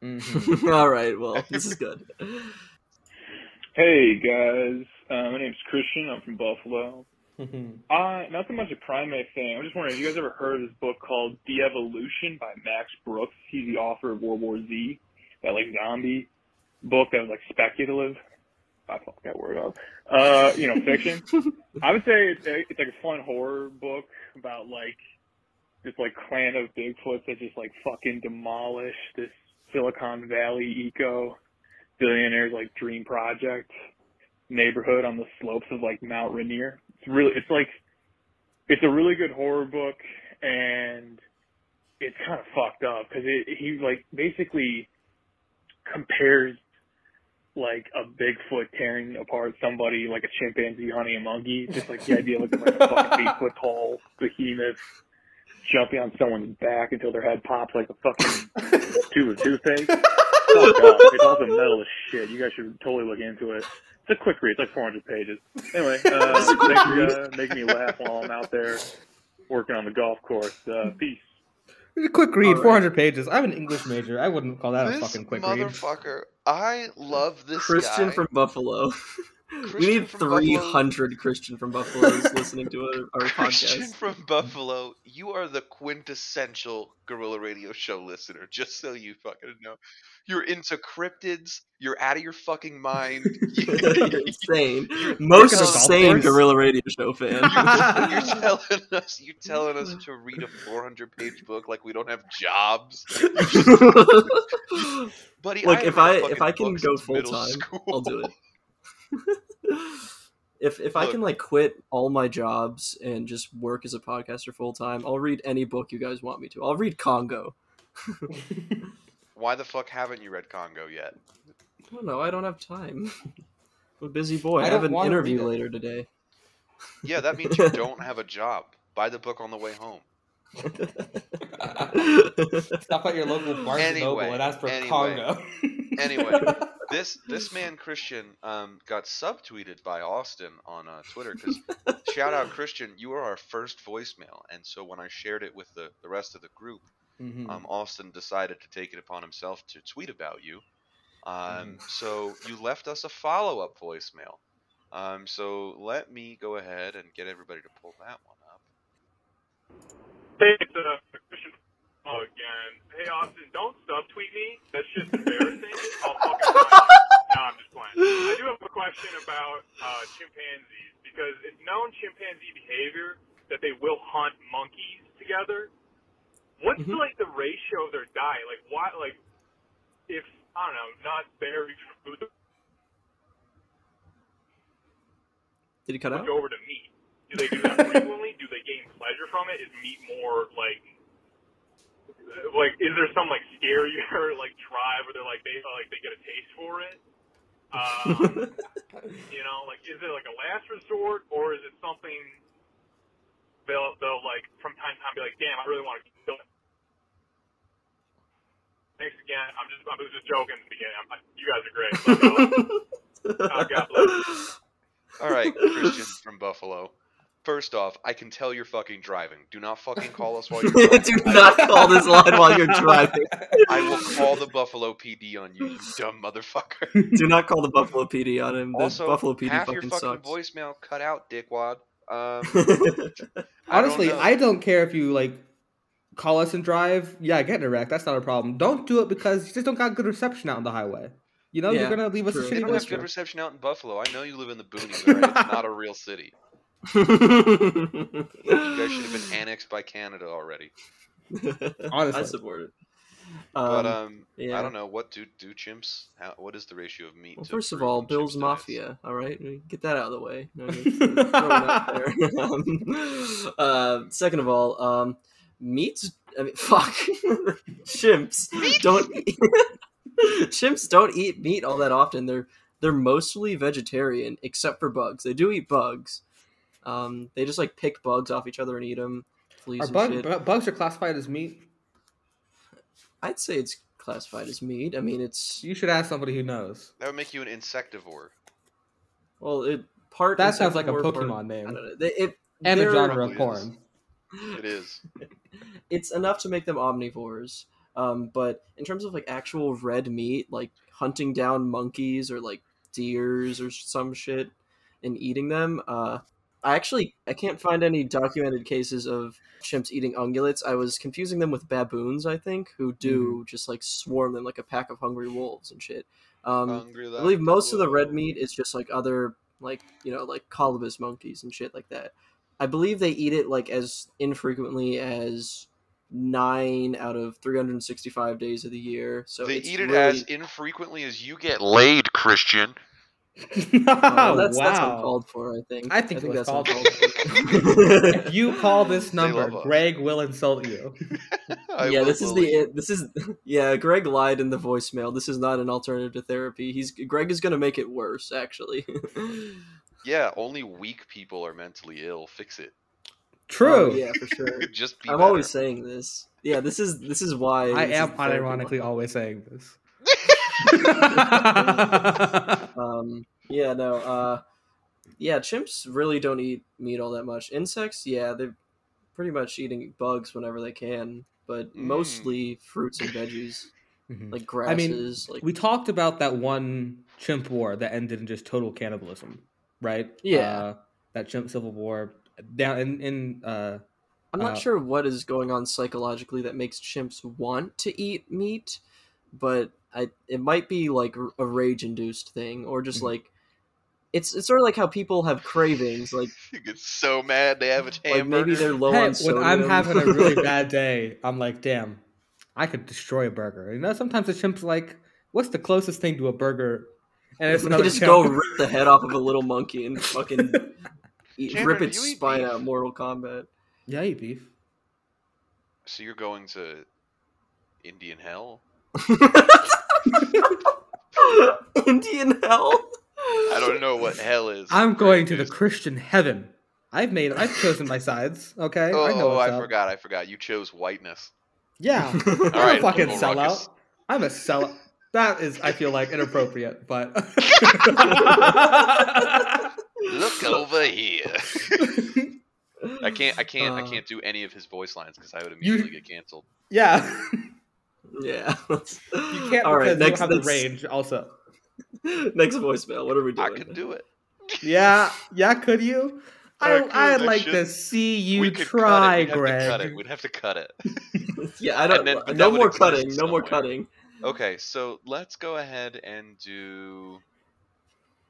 A: mm-hmm.
B: [LAUGHS] All right, well, this is good.
E: Hey guys, uh, my name's Christian. I'm from Buffalo.
A: [LAUGHS]
E: I not so much a primate thing. I'm just wondering, have you guys ever heard of this book called De-Evolution by Max Brooks? He's the author of World War Z, that like zombie book that was like speculative. I fucked that word up. Uh, you know, fiction. I would say it's, a- it's like a fun horror book about like this like clan of Bigfoots that just like fucking demolish this Silicon Valley eco billionaires like dream project neighborhood on the slopes of like Mount Rainier. It's really it's like it's a really good horror book and it's kind of fucked up because it he like basically compares like a Bigfoot tearing apart somebody like a chimpanzee hunting a monkey. Just like the idea of like a fucking eight foot tall behemoth jumping on someone's back until their head pops like a fucking tube of toothpaste. Fuck up. It's also metal as shit. You guys should totally look into it. It's a quick read. It's like 400 pages. Anyway, uh, thanks for uh, making me laugh while I'm out there working on the golf course. Uh, peace.
A: Quick read,
B: Alright.
A: 400 pages. I'm an
B: [LAUGHS]
A: English major. I wouldn't call that a
C: this
A: fucking quick read.
C: motherfucker. I love this
B: Christian
C: guy.
B: from Buffalo. [LAUGHS] we
C: Christian
B: need
C: from [LAUGHS]
B: 300 Christian from Buffalo's listening to our- our,
C: Buffalo. [LAUGHS] Christian
B: podcast. [LAUGHS]
C: from Buffalo. You are the quintessential Gorilla Radio Show listener. Just so you fucking know, you're into cryptids. You're out of your fucking
B: [LAUGHS]
C: mind. [LAUGHS]
B: You're insane.
A: Working
B: Most
A: on a golf
B: insane
A: course?
B: Gorilla Radio Show
C: [LAUGHS]
B: fan. [LAUGHS]
C: You're telling us you're telling us to read a 400 page book like we don't have jobs, buddy.
B: Look,
C: haven't
B: if
C: read a
B: I- if
C: fucking
B: I can
C: book
B: go
C: since middle
B: full-time,
C: school.
B: I'll do it. [LAUGHS] if if I
C: Look.
B: can like quit all my jobs and just work as a podcaster full time, I'll read any book you guys want me to. I'll read Congo.
C: [LAUGHS] Why the fuck haven't you read Congo yet?
B: I don't know. Oh, I don't have time. [LAUGHS] I'm a busy boy.
A: I
B: I, have
A: don't
B: an
A: wanna
B: interview
A: read it.
B: later today. [LAUGHS]
C: Yeah, that means you don't have a job. Buy the book on the way home.
A: [LAUGHS] Stop at your local Barnes and Noble
C: Anyway,
A: and ask for
C: anyway,
A: Congo. [LAUGHS]
C: anyway. This this man Christian um, got subtweeted by Austin on uh, Twitter because shout out Christian, you are our first voicemail, and so when I shared it with the, the rest of the group,
A: Mhm.
C: um, Austin decided to take it upon himself to tweet about you. Um, so you left us a follow up voicemail. Um, so let me go ahead and get everybody to pull that one up.
E: Hey, it's uh, Christian. Oh, again. Hey, Austin, don't subtweet me. That shit's embarrassing. I'll fucking find you. No, I'm just playing. I do have a question about uh, chimpanzees because it's known chimpanzee behavior that they will hunt monkeys together. What's
B: Mhm.
E: like the ratio of their diet? Like, why? Like, if I don't know, not very food
B: Did he cut out?
E: switch over to meat. Do they do that frequently? do they gain pleasure from it? Is meat more like like is there some like scarier [LAUGHS] like tribe where they're like they like they get a taste for it? Um, you know, like is it like a last resort or is it something they'll they'll like from time to time be like, damn, I really want to kill it. Thanks again. I'm just I was just joking at the beginning. I'm, you guys are great. Love y'all. God
C: All right,
B: [LAUGHS]
C: Christian from Buffalo. First off, I can tell you're fucking driving. Do not fucking
B: [LAUGHS]
C: call us while you're driving.
B: Do not call this line while you're driving. [LAUGHS]
C: I will call the Buffalo PD on you, you dumb motherfucker.
B: Do not call [LAUGHS] the Buffalo PD on him. The
C: also,
B: Buffalo PD
C: half
B: fucking,
C: your fucking
B: sucks. [LAUGHS]
C: voicemail cut out, dickwad. Um, I don't
A: Honestly,
C: know.
A: I don't care if you like call us and drive. Yeah, get in a wreck. That's not a problem. Don't do it because you just don't got good reception out on the highway. You know,
B: Yeah,
A: you're gonna leave us
B: true.
A: a
C: They
A: shitty
C: don't have good
A: voicemail.
C: reception out in Buffalo. I know you live in the boonies. All right? It's not a real city. You guys should have
B: [LAUGHS]
C: been annexed by Canada already.
A: Honestly.
B: I support it. Um,
C: But um,
B: yeah.
C: I don't know what do do chimps. How, what is the ratio of meat?
B: well,
C: to
B: first of
C: fruit
B: all,
C: in chimps'
B: Bill's
C: diets?
B: Mafia. All right, We get that out of the way. No need to throw
A: [LAUGHS]
B: it out there. [LAUGHS] Um, uh, second of all, um, meats. I mean, [LAUGHS] fuck, chimps don't. eat- [LAUGHS] chimps don't eat meat all that often. They're they're mostly vegetarian, except for bugs. They do eat bugs. Um, they just like pick bugs off each other and eat them. Fleas
A: Are
B: and
A: bug,
B: shit.
A: bu- bugs are classified as meat?
B: I'd say it's classified as meat. I mean, it's
A: You should ask somebody who knows.
C: That would make you an insectivore.
B: well, it part.
A: That sounds like a
B: insectivore, part-
A: Pokemon
B: I
A: name
B: don't know. They- it-
A: and a
B: they're-
A: genre of [LAUGHS]
C: Yes.
A: porn.
C: It is.
B: It's enough to make them omnivores. Um, but in terms of like actual red meat, like hunting down monkeys or like deers or some shit and eating them, uh, I actually I can't find any documented cases of chimps eating ungulates. I was confusing them with baboons, I think, who do just like swarm them like a pack of hungry wolves and shit. um,
C: Hungry
B: I
C: like
B: believe
C: the
B: most of the red
C: wolf.
B: meat is just like other like you know like colobus monkeys and shit like that. I believe they eat it like as infrequently as nine out of 365 days of the year. So
C: they
B: it's
C: eat it
B: really-
C: as infrequently as you get laid, Christian.
B: [LAUGHS] Oh,
A: oh,
B: that's that's
A: wow.
B: uncalled for. I think.
A: I think it was
B: that's
A: called.
B: uncalled
A: [LAUGHS] for.
B: for.
A: if
B: [LAUGHS]
A: you call this
C: They love
A: number,
C: us.
A: Greg will insult you.
C: I
B: yeah,
C: will
B: this is
C: believe-
B: the this is [LAUGHS] yeah. Greg lied in the voicemail. This is not an alternative to therapy. He's Greg is gonna make it worse. Actually, [LAUGHS]
C: Yeah, only weak people are mentally ill. Fix it.
A: True.
B: Um, yeah, for sure.
C: Just be
B: I'm
C: better.
B: always saying this. Yeah, this is this is why
A: I
B: this
A: am
B: is the therapy
A: unironically always saying this. [LAUGHS]
B: one. Um, yeah, no. Uh, yeah, chimps really don't eat meat all that much. Insects, yeah, they pretty much eating bugs whenever they can, but
C: Mm.
B: mostly fruits and veggies,
A: Mhm.
B: like
A: I mean,
B: grasses. like
A: we talked about that one chimp war that ended in just total cannibalism, right?
B: Yeah.
A: Uh, that chimp civil war down in in uh,
B: I'm not
A: uh,
B: sure what is going on psychologically that makes chimps want to eat meat, but I it might be like r- a rage-induced thing, or just
A: Mhm.
B: like it's it's sort of like how people have cravings, like
C: you get so mad they have a
B: like
C: hamburger.
B: maybe they're low
A: hey,
B: on
A: when
B: sodium.
A: I'm having a
B: [LAUGHS]
A: really bad day, I'm like, damn, I could destroy a burger. You know, sometimes the chimp's like, what's the closest thing to a burger? And it's
B: they
A: another
B: just
A: chimp.
B: go rip the head off of a little monkey and fucking eat,
C: Cameron,
B: rip
C: do
B: its
C: you eat
B: spine
C: beef?
B: out. Mortal Kombat.
A: [LAUGHS]
B: [LAUGHS]
A: yeah, I eat beef.
C: So you're going to Indian hell?
B: Indian hell.
C: I don't know what hell is.
A: I'm going to the
C: Just-
A: Christian heaven. I've made, I've chosen my sides. Okay,
C: Oh,
A: I know
C: oh,
A: what's
C: I
A: up.
C: forgot. I forgot. You chose whiteness.
A: [LAUGHS] Yeah,
B: know.
A: I'm
C: right,
A: a fucking
C: Uncle
A: sellout.
C: Ruckus.
A: I'm a sellout. That is, I feel like inappropriate, but [LAUGHS]
C: Look
B: [LAUGHS]
C: over here. [LAUGHS] I can't. I can't.
B: Uh,
C: I can't do any of his voice lines because I would immediately get canceled.
A: yeah,
B: Yeah. [LAUGHS]
A: you can't
B: All
A: because
B: right. Next,
A: you don't have
B: next,
A: the range. Also,
B: [LAUGHS] next voicemail. What are we
C: I
B: doing?
C: could do it.
A: yeah, yeah, could you? I,
C: I could,
A: I'd
C: I
A: like to
C: should.
A: see you
C: we could
A: try,
C: cut it. We'd have to cut it.
A: Greg.
C: We'd have to cut it.
B: yeah, I don't.
C: and then- but
B: no
C: that would
B: more
C: exist
B: cutting. No more
C: somewhere.
B: cutting.
C: Okay, so let's go ahead and do.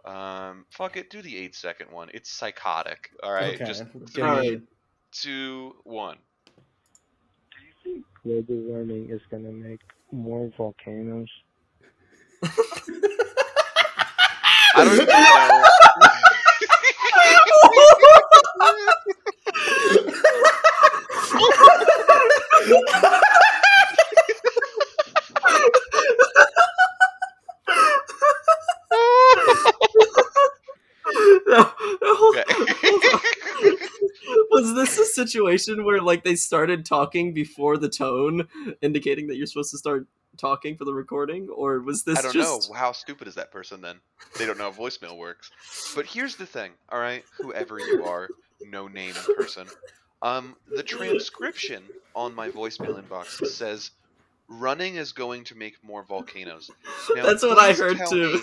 C: Um, fuck it. Do the eight second one. It's psychotic. All right,
A: okay,
C: just
A: give
B: all
A: me-
B: right.
C: two, one.
D: Global warming is going to make more volcanoes.
C: I don't
B: [LAUGHS]
C: even know. [LAUGHS]
B: No, no,
C: Okay.
B: Was this a situation where like they started talking before the tone, indicating that you're supposed to start talking for the recording, or was this
C: I don't
B: just
C: know. How stupid is that person then? They don't know how voicemail works. But here's the thing, all right? Whoever you are, no name person. Um, the transcription on my voicemail inbox says, "Running is going to make more volcanoes." Now,
B: That's what I
C: please
B: heard
C: tell
B: too.
C: me-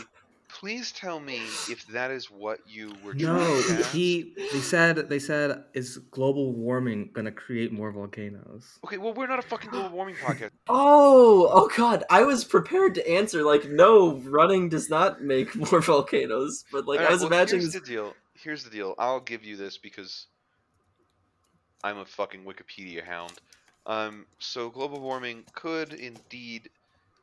C: please tell me if that is what you were
A: No,
C: [LAUGHS] trying to ask.
A: he. They said. They said, is global warming gonna create more volcanoes?
C: Okay, well, we're not a fucking global
A: [LAUGHS]
C: warming podcast.
B: Oh, oh god, I was prepared to answer like no, running does not make [LAUGHS] more volcanoes, but like
C: All
B: I
C: right,
B: was
C: well,
B: imagining [LAUGHS]
C: Here's
B: this
C: the deal. Here's the deal. I'll give you this because I'm a fucking Wikipedia hound. Um, so global warming could indeed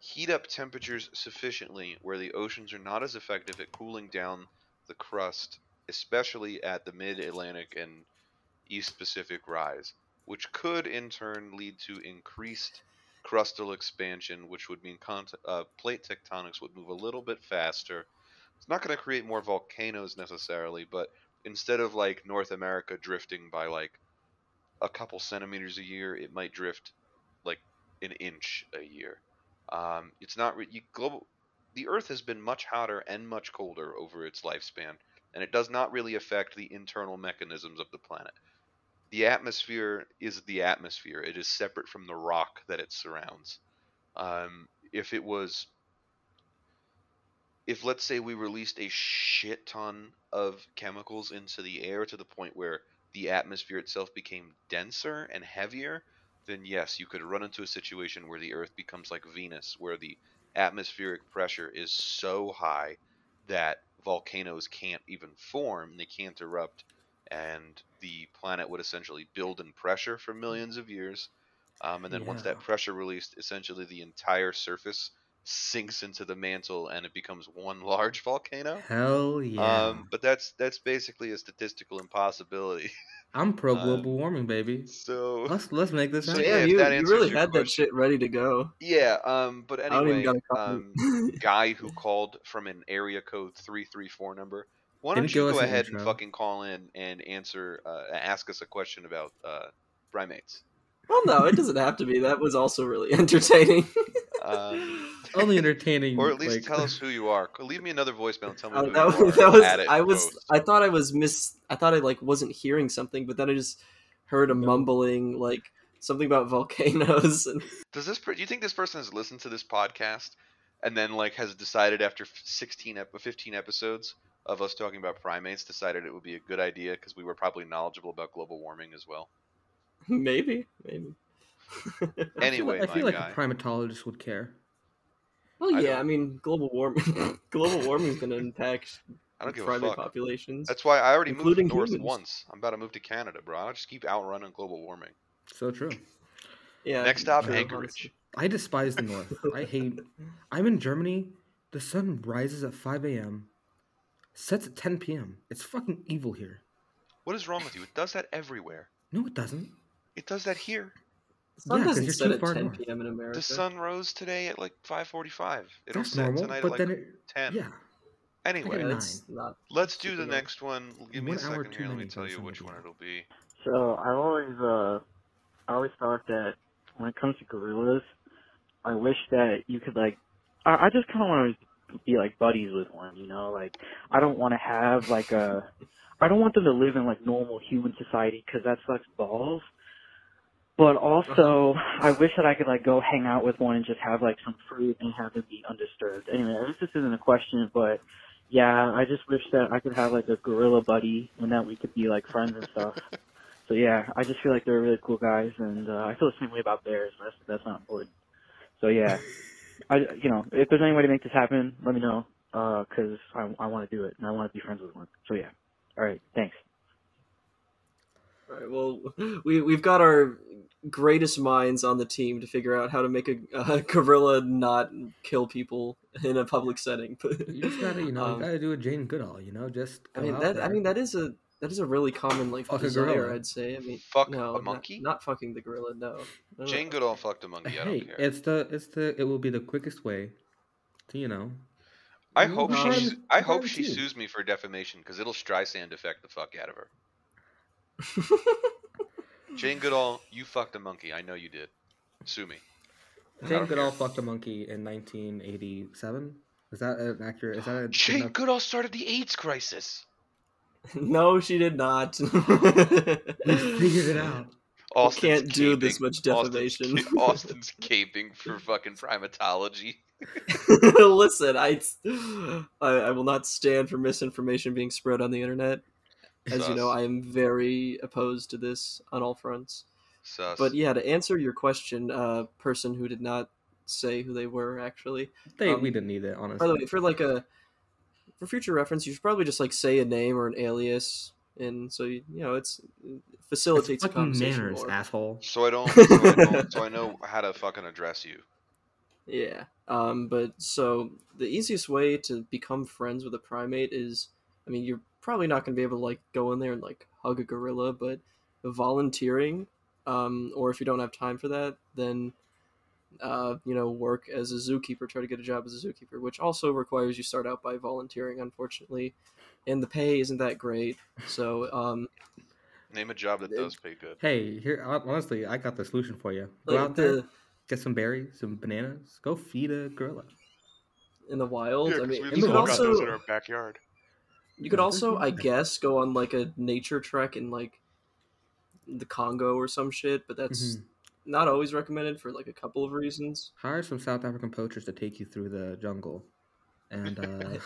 C: heat up temperatures sufficiently where the oceans are not as effective at cooling down the crust, especially at the mid-Atlantic and East Pacific rise, which could in turn lead to increased crustal expansion, which would mean cont- uh, plate tectonics would move a little bit faster. It's not going to create more volcanoes necessarily, but instead of like North America drifting by like a couple centimeters a year, it might drift like an inch a year. Um, it's not re- you, global. The Earth has been much hotter and much colder over its lifespan, and it does not really affect the internal mechanisms of the planet. The atmosphere is the atmosphere; it is separate from the rock that it surrounds. Um, if it was, if let's say we released a shit ton of chemicals into the air to the point where the atmosphere itself became denser and heavier, then yes, you could run into a situation where the Earth becomes like Venus, where the atmospheric pressure is so high that volcanoes can't even form, they can't erupt, and the planet would essentially build in pressure for millions of years. Um, and then once that
A: Yeah.
C: pressure released, essentially the entire surface sinks into the mantle and it becomes one [LAUGHS] large volcano.
A: Hell yeah!
C: Um, but that's that's basically a statistical impossibility. [LAUGHS]
A: I'm pro
C: uh,
A: global warming, baby.
C: so
A: Let's let's make this
C: So
A: happen.
C: yeah,
B: Damn,
C: if
B: you,
C: that
B: you
C: answers
B: really
C: your
B: had that
C: question.
B: shit ready to go.
C: Yeah, um, but
B: I don't even
C: anyway,
B: got a copy.
C: um, guy who called from an area code three three four number, why
A: Didn't
C: don't you
A: give
C: go
A: us an
C: ahead and
A: intro.
C: fucking call in and answer, uh, ask us a question about uh, primates?
B: [LAUGHS] well, no, it doesn't have to be. That was also really [LAUGHS] entertaining.
C: [LAUGHS]
B: [LAUGHS]
C: Um, [LAUGHS]
A: Only entertaining,
C: or at least
A: like,
C: tell us who you are. Leave me another voicemail
B: [LAUGHS]
C: and tell me
B: Uh,
C: who
B: that, was-
C: you are.
B: that was
C: Add it
B: I was
C: both.
B: I thought I was miss I thought I like wasn't hearing something, but then I just heard a mumbling like something about volcanoes [LAUGHS] and
C: Does this? Per- do you think this person has listened to this podcast and then like has decided after f- 16, ep- 15 episodes of us talking about primates, decided it would be a good idea because we were probably knowledgeable about global warming as well.
B: maybe maybe. [LAUGHS]
C: Anyway,
A: I feel
C: my
A: like
C: guy.
A: a primatologist would care.
B: well,
C: I
B: yeah,
C: don't-
B: I mean global warming. [LAUGHS] global warming is going to impact
C: I don't give a
B: primate
C: fuck.
B: populations.
C: That's why I already
B: Including
C: moved north
B: humans.
C: once. I'm about to move to Canada, bro. I'll just keep outrunning global warming.
A: So true.
B: yeah.
C: Next stop,
B: true,
C: Anchorage.
A: I despise the North.
C: [LAUGHS]
A: I hate. I'm in Germany. The sun rises at 5 a.m., sets at 10 p.m. It's fucking evil here.
C: What is wrong with you? It does that everywhere.
A: No, it doesn't.
C: It does that here.
B: The sun
A: Yeah, 'cause
B: doesn't
A: you're
B: set
A: too
B: at
A: far
B: 10
A: north.
B: p.m. in America. [LAUGHS]
C: The sun rose today at like 5:45. It'll
A: That's
C: set
A: normal.
C: tonight
A: But
C: at
A: then
C: like
A: it.
C: 10.
A: Yeah.
C: Anyway,
A: Look at
B: Yeah,
A: nine.
B: it's not.
C: let's do the
B: Stupid.
C: next one. Give me
A: One
C: a
A: hour
C: second
A: too
C: here. Let me
A: many for
C: tell you
A: some
C: which one
A: reason.
C: it'll be.
F: So I've always uh I always thought that when it comes to gorillas, I wish that you could like I, I just kinda wanna be like buddies with one, you know, like I don't wanna have like a I don't want them to live in like normal human society because that sucks balls. But also, I wish that I could like go hang out with one and just have like some fruit and have it be undisturbed. Anyway, this isn't a question, but yeah, I just wish that I could have like a gorilla buddy and that we could be like friends and stuff. So yeah, I just feel like they're really cool guys, and uh, I feel the same way about bears. That's that's not important. So yeah, I you know if there's any way to make this happen, let me know, Uh 'cause I I want to do it and I want to be friends with one. So yeah, all right, thanks.
B: All right, well, [LAUGHS] we we've got our greatest minds on the team to figure out how to make a, a [LAUGHS] gorilla not kill people in a public setting. But
A: You just gotta,
B: [LAUGHS]
A: you know,
B: um,
A: you gotta do a Jane Goodall, you know, just.
B: I
A: go
B: mean
A: out
B: that. I
A: there.
B: mean that is a that is a really common like
A: Fuck a
B: desire.
A: gorilla.
B: I'd say. I mean,
C: Fuck
B: no,
C: a
B: not-
C: monkey.
B: Not, fucking the gorilla. No. No,
C: Jane
B: no.
C: Goodall fucked a monkey. I don't
A: Hey,
C: care.
A: it's the it's the it will be the quickest way, to you know.
C: I
A: Mm,
C: hope she.
B: um,
C: su- I hope
A: private
C: she
A: too.
C: sues me for defamation because it'll Streisand effect the fuck out of her.
B: [LAUGHS]
C: Jane Goodall, you fucked a monkey. I know you did. Sue me.
A: Jane Goodall fucked a monkey in 1987. Is that an accurate? Is that a good
C: Jane
A: enough-
C: Goodall started the AIDS crisis.
B: [LAUGHS] No, she did not. [LAUGHS]
A: We figured it out.
C: Austin's
B: can't do this
C: caping-
B: much defamation.
C: Austin's, ca- [LAUGHS] Austin's caping for fucking primatology.
B: [LAUGHS] Listen, I, I I will not stand for misinformation being spread on the internet. As you
C: Sus.
B: know, I am very opposed to this on all fronts.
C: Sus.
B: But yeah, to answer your question, uh, person who did not say who they were actually.
A: They,
B: Um,
A: we didn't need it,
B: By
A: honestly.
B: the way, for like a for future reference, you should probably just like say a name or an alias, and so you, you know it's it facilitates
A: It's
B: the
A: fucking
B: conversation
A: manners,
B: more.
A: asshole.
C: So I don't. So I, don't so I know how to fucking address you.
B: Yeah. Um, but so the easiest way to become friends with a primate is, I mean, you're probably not going to be able to like go in there and like hug a gorilla, but volunteering, um, or if you don't have time for that, then, uh, you know, work as a zookeeper, try to get a job as a zookeeper, which also requires you start out by volunteering, unfortunately, and the pay isn't that great. So, um,
C: Name a job that does pay good.
A: Hey, here, hon- honestly, I got the solution for you. Go
B: like
A: out there,
B: the
A: get some berries, some bananas, go feed a gorilla.
B: in the wild, I mean,
A: we
B: you
A: all
B: could
A: got
B: also
A: those
C: backyard.
B: You could
A: Yeah,
B: also,
A: there's no
B: I
A: way.
B: guess, go on like a nature trek in like the Congo or some shit, but that's
A: Mhm.
B: not always recommended for like a couple of
A: [SIGHS]
B: reasons.
A: Hire some South African poachers to take you through the jungle, and
B: [LAUGHS]
A: uh,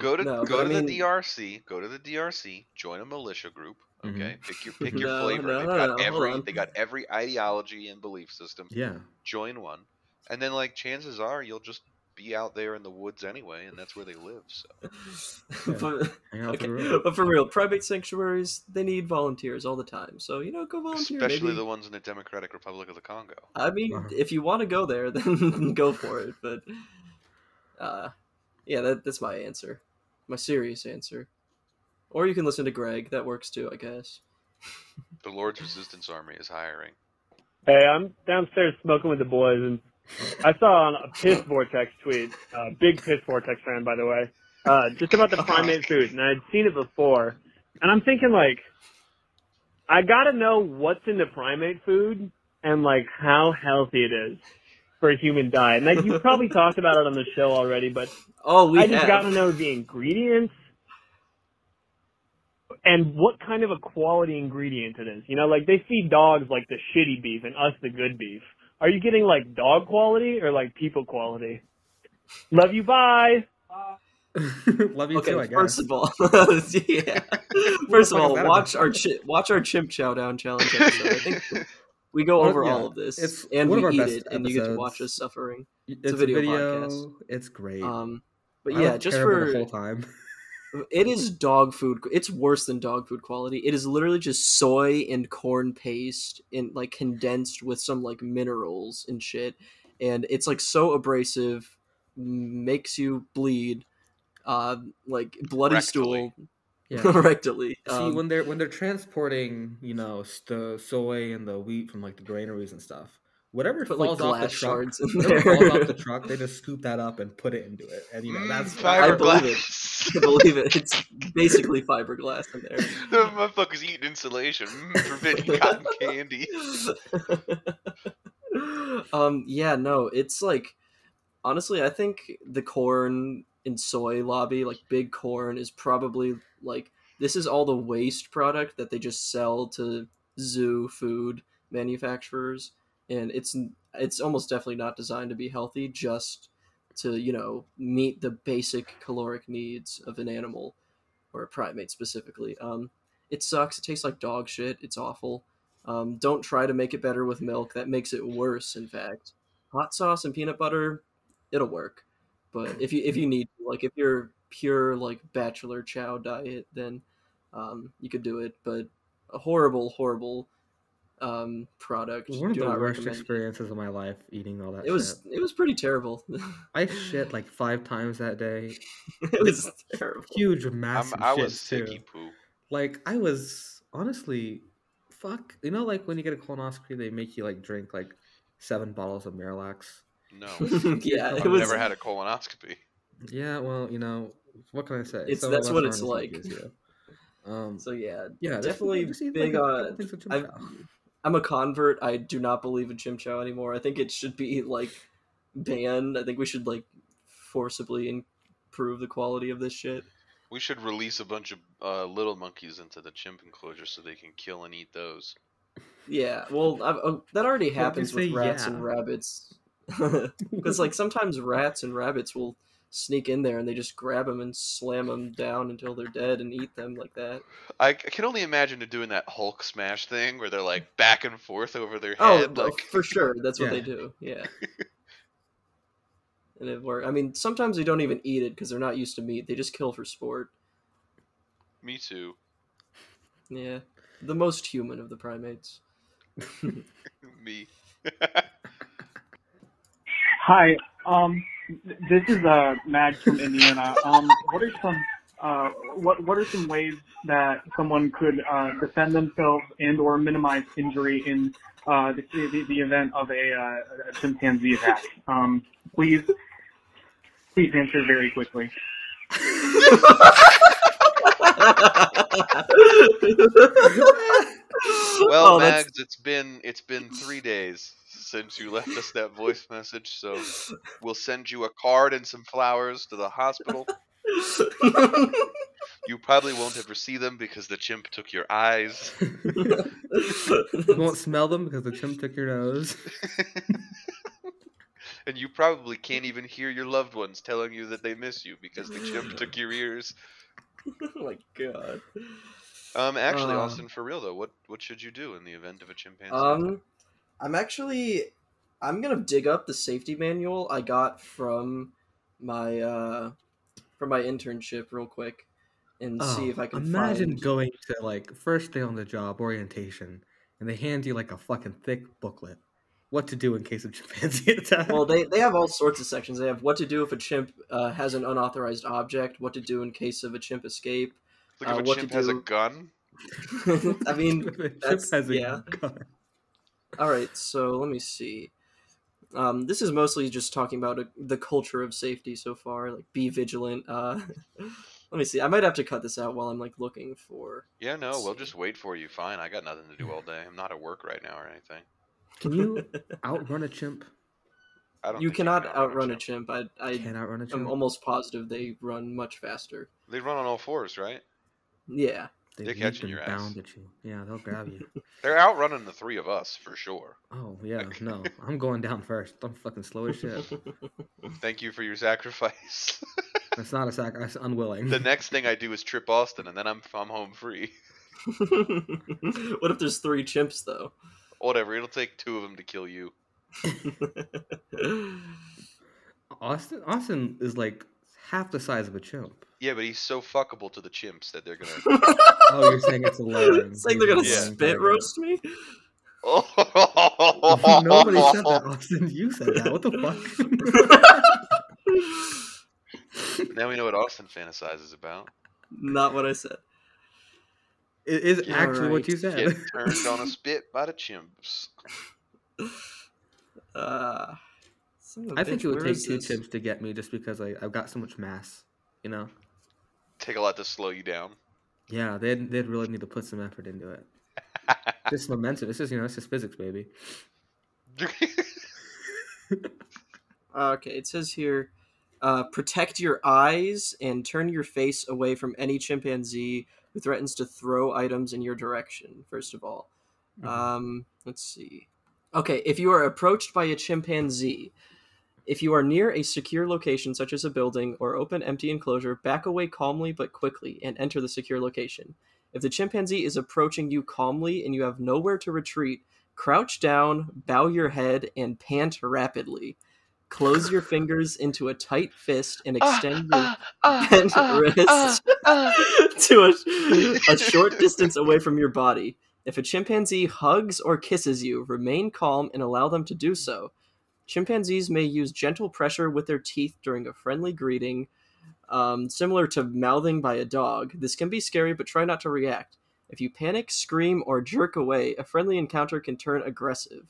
C: Go to
B: No,
C: go
B: but
C: to
B: I mean- [LAUGHS]
C: the DRC. Go to the DRC. Join a militia group.
A: Mhm.
C: Okay, pick your
B: [LAUGHS]
C: pick your
B: No,
C: flavor.
B: no,
C: They've
B: no,
C: got
B: no, hold
C: every
B: on.
C: they got every ideology and belief system.
A: yeah,
C: Join one, and then like chances are you'll just be out there in the woods anyway, and that's where they live. So
B: but,
A: hang out with the
B: okay.
A: gorilla.
B: but for real, primate sanctuaries they need volunteers all the time, so you know, go volunteer.
C: especially
B: maybe.
C: the ones in the Democratic Republic of the Congo.
B: I mean,
A: Uh-huh.
B: if you want to go there, [LAUGHS] then go for it. But uh, yeah, that, that's my answer, my serious answer. Or you can listen to Greg. That works too, I guess.
C: The Lord's Resistance Army is hiring.
E: Hey, I'm downstairs smoking with the boys, and I saw on a Piss Vortex tweet, uh, big Piss Vortex fan, by the way, uh, just about the primate food, and I'd seen it before, and I'm thinking like, I gotta know what's in the primate food and like how healthy it is for a human diet. And like you probably talked about it on the show already, but
B: Oh, we
E: I just
B: have.
E: gotta know the ingredients. and what kind of a quality ingredient it is. You know, like they feed dogs like the shitty beef and us the good beef. Are you getting like dog quality or like people quality? Love you, bye.
B: [LAUGHS]
A: Love you
B: Okay,
A: too, I guess.
B: first of all,
A: [LAUGHS]
B: [LAUGHS] yeah.
A: fuck
B: First of
A: is
B: all,
A: that
B: watch our chi- watch our chimp chow down challenge episode. I think
A: [LAUGHS]
B: we go
A: One-
B: over
A: yeah,
B: all of this,
A: it's
B: and
A: one
B: we
A: of our
B: eat
A: best
B: it, and you get to watch
A: episodes.
B: us suffering.
A: It's,
B: a video podcast.
A: It's great.
B: Um, but
A: I
B: yeah,
A: look
B: just
A: terrible
B: for
A: the whole time. [LAUGHS]
B: It is dog food. It's worse than dog food quality. It is literally just soy and corn paste and like condensed with some like minerals and shit. And it's like so abrasive, makes you bleed, uh, like bloody stool
A: Yeah.
B: [LAUGHS] rectally.
A: See
B: Um,
A: when they're when they're transporting, you know, s- the soy and the wheat from like the granaries and stuff. Whatever
B: put
A: falls
B: like
A: off the
B: glass
A: truck,
B: shards in
A: whatever falls off
B: [LAUGHS] there.
A: the truck, they just scoop that up and put it into it, and you know
C: [LAUGHS] Mm,
A: that's
B: I believe [LAUGHS]
C: fiberglass.
B: I believe it. It's basically fiberglass in
C: [LAUGHS]
B: there.
C: the motherfuckers eating insulation, mm, forbidden cotton candy.
B: [LAUGHS] um yeah no it's like honestly i think the corn and soy lobby like big corn is probably like this is all the waste product that they just sell to zoo food manufacturers and it's it's almost definitely not designed to be healthy just to you know meet the basic caloric needs of an animal or a primate specifically um it sucks it tastes like dog shit it's awful um, don't try to make it better with milk. That makes it worse. In fact, hot sauce and peanut butter, it'll work. But if you if you need like if you're pure like bachelor chow diet, then um, you could do it. But a horrible, horrible um, product.
A: one of
B: do
A: the
B: not
A: worst
B: recommend.
A: experiences of my life eating all that.
B: It was
A: shit.
B: it was pretty terrible. [LAUGHS]
A: I shit like five times that day.
B: it was terrible. [LAUGHS]
A: Huge,
C: I'm,
A: massive.
C: I
A: shit,
C: was
A: too.
C: sicky poo.
A: like I was honestly, fuck. You know, like when you get a colonoscopy, they make you like drink like seven bottles of Miralax.
C: No,
A: [LAUGHS]
B: yeah,
A: I've
B: it
C: I've
B: was.
C: never had a colonoscopy.
A: Yeah, well, you know, what can I say?
B: It's-
A: Some
B: that's
A: of us
B: what
A: aren't
B: it's
A: as lucky
B: like.
A: as you.
B: [LAUGHS]
A: Um,
B: So yeah,
A: yeah, just-
B: definitely
A: just eat,
B: big,
A: a
B: uh,
A: couple things with Jim
B: I've-
A: Crow.
B: I'm a convert. I do not believe in Chim Chow anymore. I think it should be like banned. I think we should like forcibly improve the quality of this shit.
C: We should release a bunch of uh, little monkeys into the chimp enclosure so they can kill and eat those.
B: Yeah, well, I've, uh, that already
A: you
B: happens with
A: say
B: rats
A: yeah?
B: and rabbits. [LAUGHS]
A: [LAUGHS]
B: Because like sometimes rats and rabbits will sneak in there and they just grab them and slam them down until they're dead and eat them like that.
C: I, I can only imagine them doing that Hulk smash thing where they're like back and forth over their
B: Oh,
C: head.
B: no,
C: like
B: for sure. That's
A: Yeah.
B: what they do. Yeah. and it works. I mean, sometimes they don't even eat it because they're not used to meat. They just kill for sport.
C: me too.
B: Yeah. The most human of the primates.
C: Me.
E: Hi, um, this is uh Mag from Indiana. Um, what are some uh what what are some ways that someone could uh defend themselves and or minimize injury in uh the the, the event of a, uh, a chimpanzee attack? Um, please please answer very quickly.
C: Well,
B: well,
C: Mags, it's been it's been three days since you left us that voice message, so we'll send you a card and some flowers to the hospital. You probably won't ever see them because the chimp took your eyes.
A: you won't smell them because the chimp took your nose.
C: And you probably can't even hear your loved ones telling you that they miss you because the chimp took your ears.
B: [LAUGHS] oh my god.
C: Um, actually,
B: Uh.
C: Austin, for real though, what what should you do in the event of a chimpanzee?
B: Um, I'm actually, I'm gonna dig up the safety manual I got from my uh from my internship real quick and see if I can
A: Oh, imagine
B: find.
A: going to like first day on the job orientation, and they hand you like a fucking thick booklet, what to do in case of [LAUGHS] chimpanzee attack.
B: Well, they, they have all sorts of sections. They have what to do if a chimp uh, has an unauthorized object, what to do in case of a chimp escape. [LAUGHS]
C: Like
B: uh,
C: if a
B: what
C: chimp
B: to
C: has a
B: do-
C: gun,
B: I mean,
A: If a chimp
B: that's-
A: has a [LAUGHS]
B: yeah.
A: gun.
B: all right, so let me see. Um, this is mostly just talking about uh the culture of safety so far. Like, be vigilant. Uh, [LAUGHS] let me see. I might have to cut this out while I'm like looking for.
C: yeah, no,
B: Let's
C: we'll
B: see.
C: just wait for you. Fine, I got nothing to do all day. I'm not at work right now or anything.
A: Can [LAUGHS] you outrun a chimp?
C: I don't.
B: You
C: think can
B: cannot outrun a chimp. I,
A: You
B: I
A: Can't outrun a chimp.
B: am almost positive they run much faster.
C: They run on all fours, right?
B: Yeah, [LAUGHS]
A: They
C: They're
A: leaped
C: catching
A: and
C: your ass.
A: bound at you. Yeah, they'll grab
C: [LAUGHS]
A: you.
C: They're outrunning the three of us for sure.
A: Oh yeah, no, I'm going down first. I'm fucking slow as
C: [LAUGHS]
A: shit.
C: Thank you for your [LAUGHS] sacrifice. [LAUGHS]
A: That's not a sac. That's unwilling.
C: the next thing I do is trip Austin, and then I'm I'm home free. [LAUGHS]
B: what if there's three chimps though?
C: Whatever. It'll take two of them to kill you.
A: [LAUGHS] Austin Austin is like half the size of a chimp.
C: Yeah, but he's so fuckable to the chimps that they're gonna.
A: [LAUGHS] Oh, you're saying it's a lowering.
B: [LAUGHS] it's like they're gonna
C: Yeah.
B: spit roast me.
C: Oh,
A: Nobody said
C: [LAUGHS]
A: that, Austin. You said that.
B: [LAUGHS]
A: What the fuck? [LAUGHS]
C: Now we know what Austin fantasizes about.
B: Not what I said.
A: it is
C: Yeah,
A: actually what
B: alright.
A: you said.
C: Get turned on a spit by the chimps.
B: Uh, son of a
A: I think
B: bitch,
A: it would
B: where
A: take
B: is
A: two
B: this?
A: chimps to get me just because I, I've got so much mass. You know?
C: Take a lot to slow you down. [LAUGHS]
A: Yeah, they'd, they'd really need to put some effort into
B: [LAUGHS]
A: it. Just momentum. This is, you know, this is physics, baby.
B: Uh, okay, it says here, uh, protect your eyes and turn your face away from any chimpanzee who threatens to throw items in your direction. First of all, um, let's see. Okay, if you are approached by a chimpanzee, if you are near a secure location such as a building or open empty enclosure, back away calmly but quickly and enter the secure location. If the chimpanzee is approaching you calmly and you have nowhere to retreat, crouch down, bow your head, and pant rapidly. Close your fingers into a tight fist and extend your [LAUGHS] bent wrist [LAUGHS] to a, a short distance away from your body. If a chimpanzee hugs or kisses you, remain calm and allow them to do so. Chimpanzees may use gentle pressure with their teeth during a friendly greeting, um, similar to mouthing by a dog. This can be scary, but try not to react. If you panic, scream, or jerk away, a friendly encounter can turn aggressive.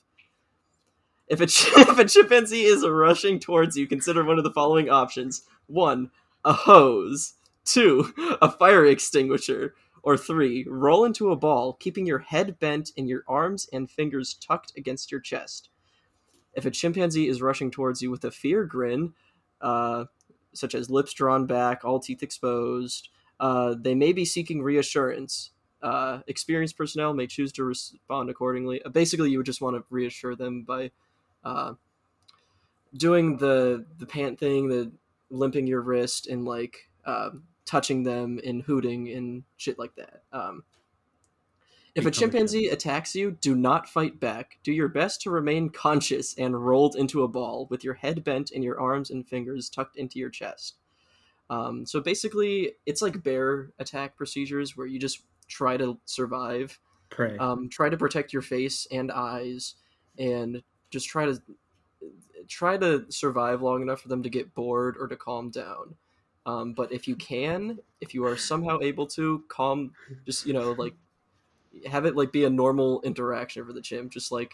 B: If a, chi- [LAUGHS] if a chimpanzee is rushing towards you, consider one of the following options 1. A hose. 2. A fire extinguisher. Or 3. Roll into a ball, keeping your head bent and your arms and fingers tucked against your chest. If a chimpanzee is rushing towards you with a fear grin, uh, such as lips drawn back, all teeth exposed, uh, they may be seeking reassurance. Uh, experienced personnel may choose to respond accordingly. Uh, basically, you would just want to reassure them by uh, doing the the pant thing, the limping your wrist, and like um touching them and hooting and shit like that. Um, if
A: Become
B: a
A: a
B: chimpanzee attacks you, do not fight back. Do your best to remain conscious and rolled into a ball, with your head bent and your arms and fingers tucked into your chest. Um, so basically, it's like bear attack procedures where you just try to survive
A: Pray.
B: um, try to protect your face and eyes and just try to try to survive long enough for them to get bored or to calm down um, but if you can if you are somehow able to calm just you know like have it like be a normal interaction for the chimp just like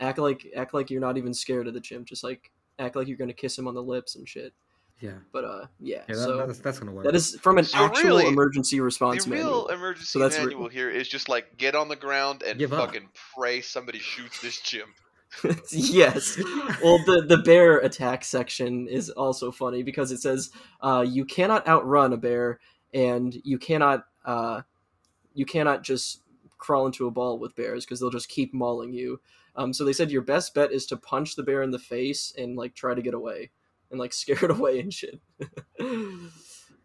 B: act like act like you're not even scared of the chimp just like act like you're gonna kiss him on the lips and shit
A: yeah.
B: but uh yeah,
A: Yeah, that,
B: so
A: that's, that's gonna work.
B: that is [LAUGHS] from an
C: So
B: actual
C: really,
B: emergency response
C: the real
B: manual.
C: emergency
B: So that's re-
C: manual here is just like get on the ground and
A: Give up.
C: fucking pray somebody shoots this chimp.
B: [LAUGHS]
A: [LAUGHS]
B: yes well the, the bear attack section is also funny because it says uh, you cannot outrun a bear and you cannot uh, you cannot just crawl into a ball with bears because they'll just keep mauling you um, so they said your best bet is to punch the bear in the face and like try to get away and like [LAUGHS] scare it away and shit [LAUGHS]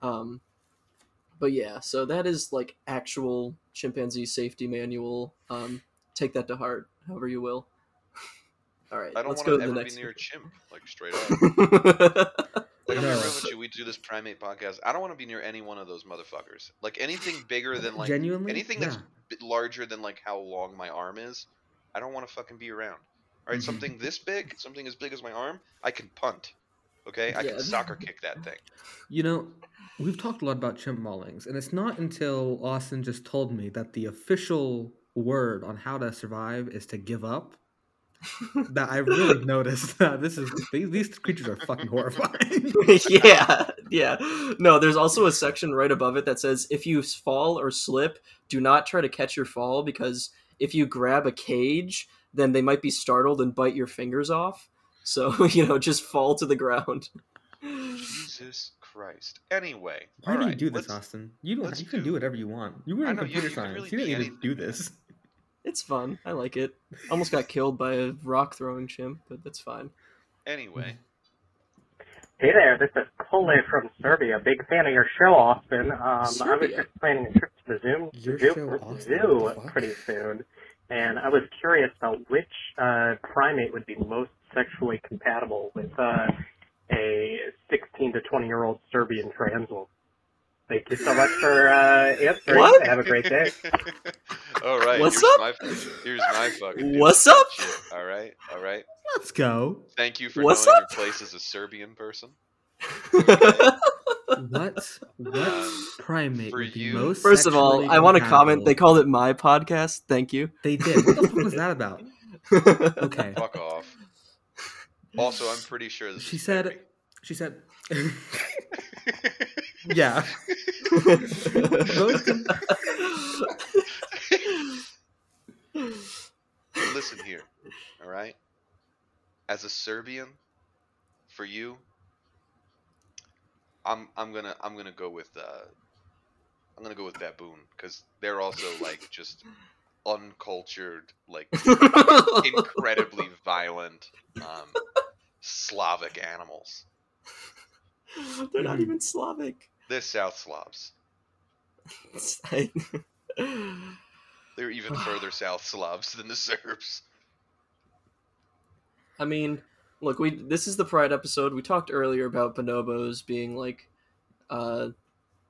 B: um, but yeah so that is like actual chimpanzee safety manual um, take that to heart however you will [LAUGHS] all right
C: I don't
B: let's go
C: want to
B: to the
C: ever
B: next
C: be near a chimp, like
B: [LAUGHS]
C: straight up. Like, I'm
A: No.
C: gonna be real with you. We do this primate podcast. I don't want to be near any one of those motherfuckers. Like anything bigger than like
A: Genuinely?
C: anything
A: yeah.
C: that's bit larger than like how long my arm is. I don't want to fucking be around. All
B: Mm-hmm.
C: right,
A: Mhm.
C: something this big, something as big as my arm, I can punt. Okay, I
B: Yeah.
C: can soccer kick that thing.
A: You know, we've talked a lot about chimp maulings, and it's not until Austin just told me that the official word on how to survive is to give up that I
C: [LAUGHS]
A: really noticed [LAUGHS] that this is these, these creatures are fucking horrifying.
B: [LAUGHS] yeah, yeah. No, there's also a section right above it that says if you fall or slip, do not try to catch your fall because if you grab a cage, then they might be startled and bite your [LAUGHS] fingers off. So, you know, just fall to the ground.
C: Jesus Christ. Anyway,
A: Why do you
C: alright,
A: do this,
C: let's-
A: Austin? You don't.
C: let's
A: You can
C: do-
A: do whatever you want. You were
C: I
A: in
C: know, you-
A: computer
C: you could
A: science.
C: really
A: you didn't
C: be
A: need to do this.
B: [LAUGHS] It's fun. I like it. Almost got killed by a rock throwing chimp, but that's fine. [LAUGHS]
C: Anyway,
G: Hey there, this is Cole from Serbia. Big fan of your show, Austin. Um, I was
B: Serbia?
G: just planning a trip to the Zoom
A: Your
G: zoo,
A: show, Austin?
G: zoo
A: What the fuck?
G: pretty soon, and I was curious about which uh, primate would be most sexually compatible with uh, a 16 to 20 year old Serbian trans woman. Thank you so much for uh, answering.
B: What?
G: [LAUGHS] Have a great day.
C: [LAUGHS] all right.
B: What's
C: here's
B: up?
C: My, here's my fucking. deal
B: What's
C: with that
B: up?
C: shit, All right, all right.
A: Let's go.
C: Thank you for
B: What's
C: knowing
B: up?
C: your place as a
B: [LAUGHS]
C: Serbian person. [LAUGHS]
A: What? What
C: Um,
A: primate
C: for
A: would be
C: you-
A: most?
B: First of all,
A: sexually
B: I want to comment.
A: compatible?
B: They called it my podcast. Thank you. [LAUGHS]
A: They did. What the fuck was
C: [LAUGHS]
A: that about? Okay.
C: Fuck off. Also, I'm pretty sure this
A: She
C: is
A: said. She
C: [LAUGHS]
A: said.
B: [LAUGHS]
A: [LAUGHS] yeah. Those
C: Mary.
A: can-
C: [LAUGHS] Listen here, all right? As a Serbian, for you, I'm I'm gonna I'm gonna go with uh, I'm gonna go with baboon because they're also like just uncultured, like
B: [LAUGHS]
C: [LAUGHS]
A: [LAUGHS]
C: incredibly violent um, Slavic animals.
B: [LAUGHS] They're not even Slavic.
C: They're South Slavs.
B: I-
A: [SIGHS]
C: They're even further South Slavs than the Serbs.
B: [LAUGHS] I mean, look, we this is the Pride episode. We talked earlier about bonobos being like, uh,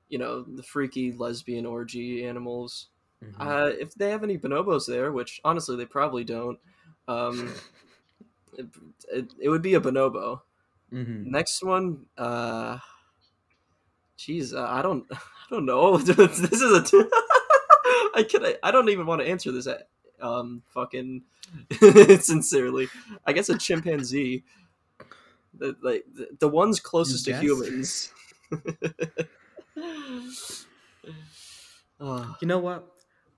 B: you know, the freaky lesbian orgy animals.
A: Mm-hmm.
B: Uh, if they have any bonobos there, which honestly they probably don't, um, [LAUGHS] it, it, it would be a bonobo.
A: Mhm.
B: Next one, uh, jeez, uh, I don't, [LAUGHS] I don't know. this is a, t- [LAUGHS] I can, I, I don't even want to answer this. uh, Um, fucking, [LAUGHS] sincerely, I guess a chimpanzee. The, like the, the ones closest to
A: guess?
B: humans. [LAUGHS] Ah.
A: [LAUGHS] You know what?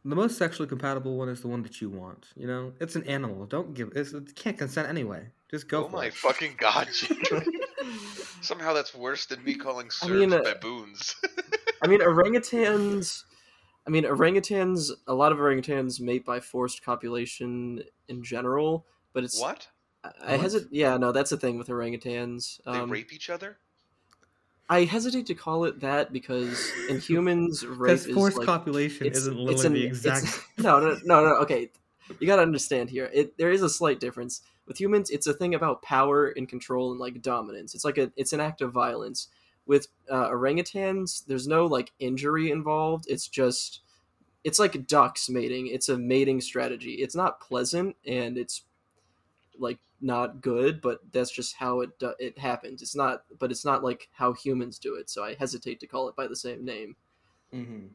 A: The most sexually compatible one is the one that you want. You know, it's an animal. Don't give. It's, it can't consent anyway. Just go
C: oh
A: for
C: my
A: it.
C: fucking god,
A: [LAUGHS]
C: Jake. Somehow that's worse than me calling
B: I
C: Serbs
B: mean, uh,
C: baboons. [LAUGHS]
B: I mean, orangutans. I mean, orangutans. A lot of orangutans mate by forced copulation in general, but it's
C: what?
B: I- I
A: What?
B: hesitate. Yeah, no, that's the thing with orangutans.
C: They
B: Um,
C: rape each other?
B: I hesitate to call it that because
A: [LAUGHS]
B: in humans, rape
A: Because
B: is
A: forced
B: like
A: copulation
B: it's-
A: isn't
B: it's
A: literally
B: an-
A: the
B: it's-
A: exact.
B: [LAUGHS]
C: [LAUGHS]
B: no, no,
A: [LAUGHS]
B: no, no. Okay, you got to understand here. It there is a slight difference with humans. It's a thing about power and control and like dominance. It's like a it's an act of violence. With uh, orangutans, there's no like injury involved. It's just it's like ducks mating. It's a mating strategy. It's not pleasant and it's like not good, but that's just how it do- it happens. It's not, but it's not like how humans do it. So I hesitate to call it by the same name.
A: Mhm.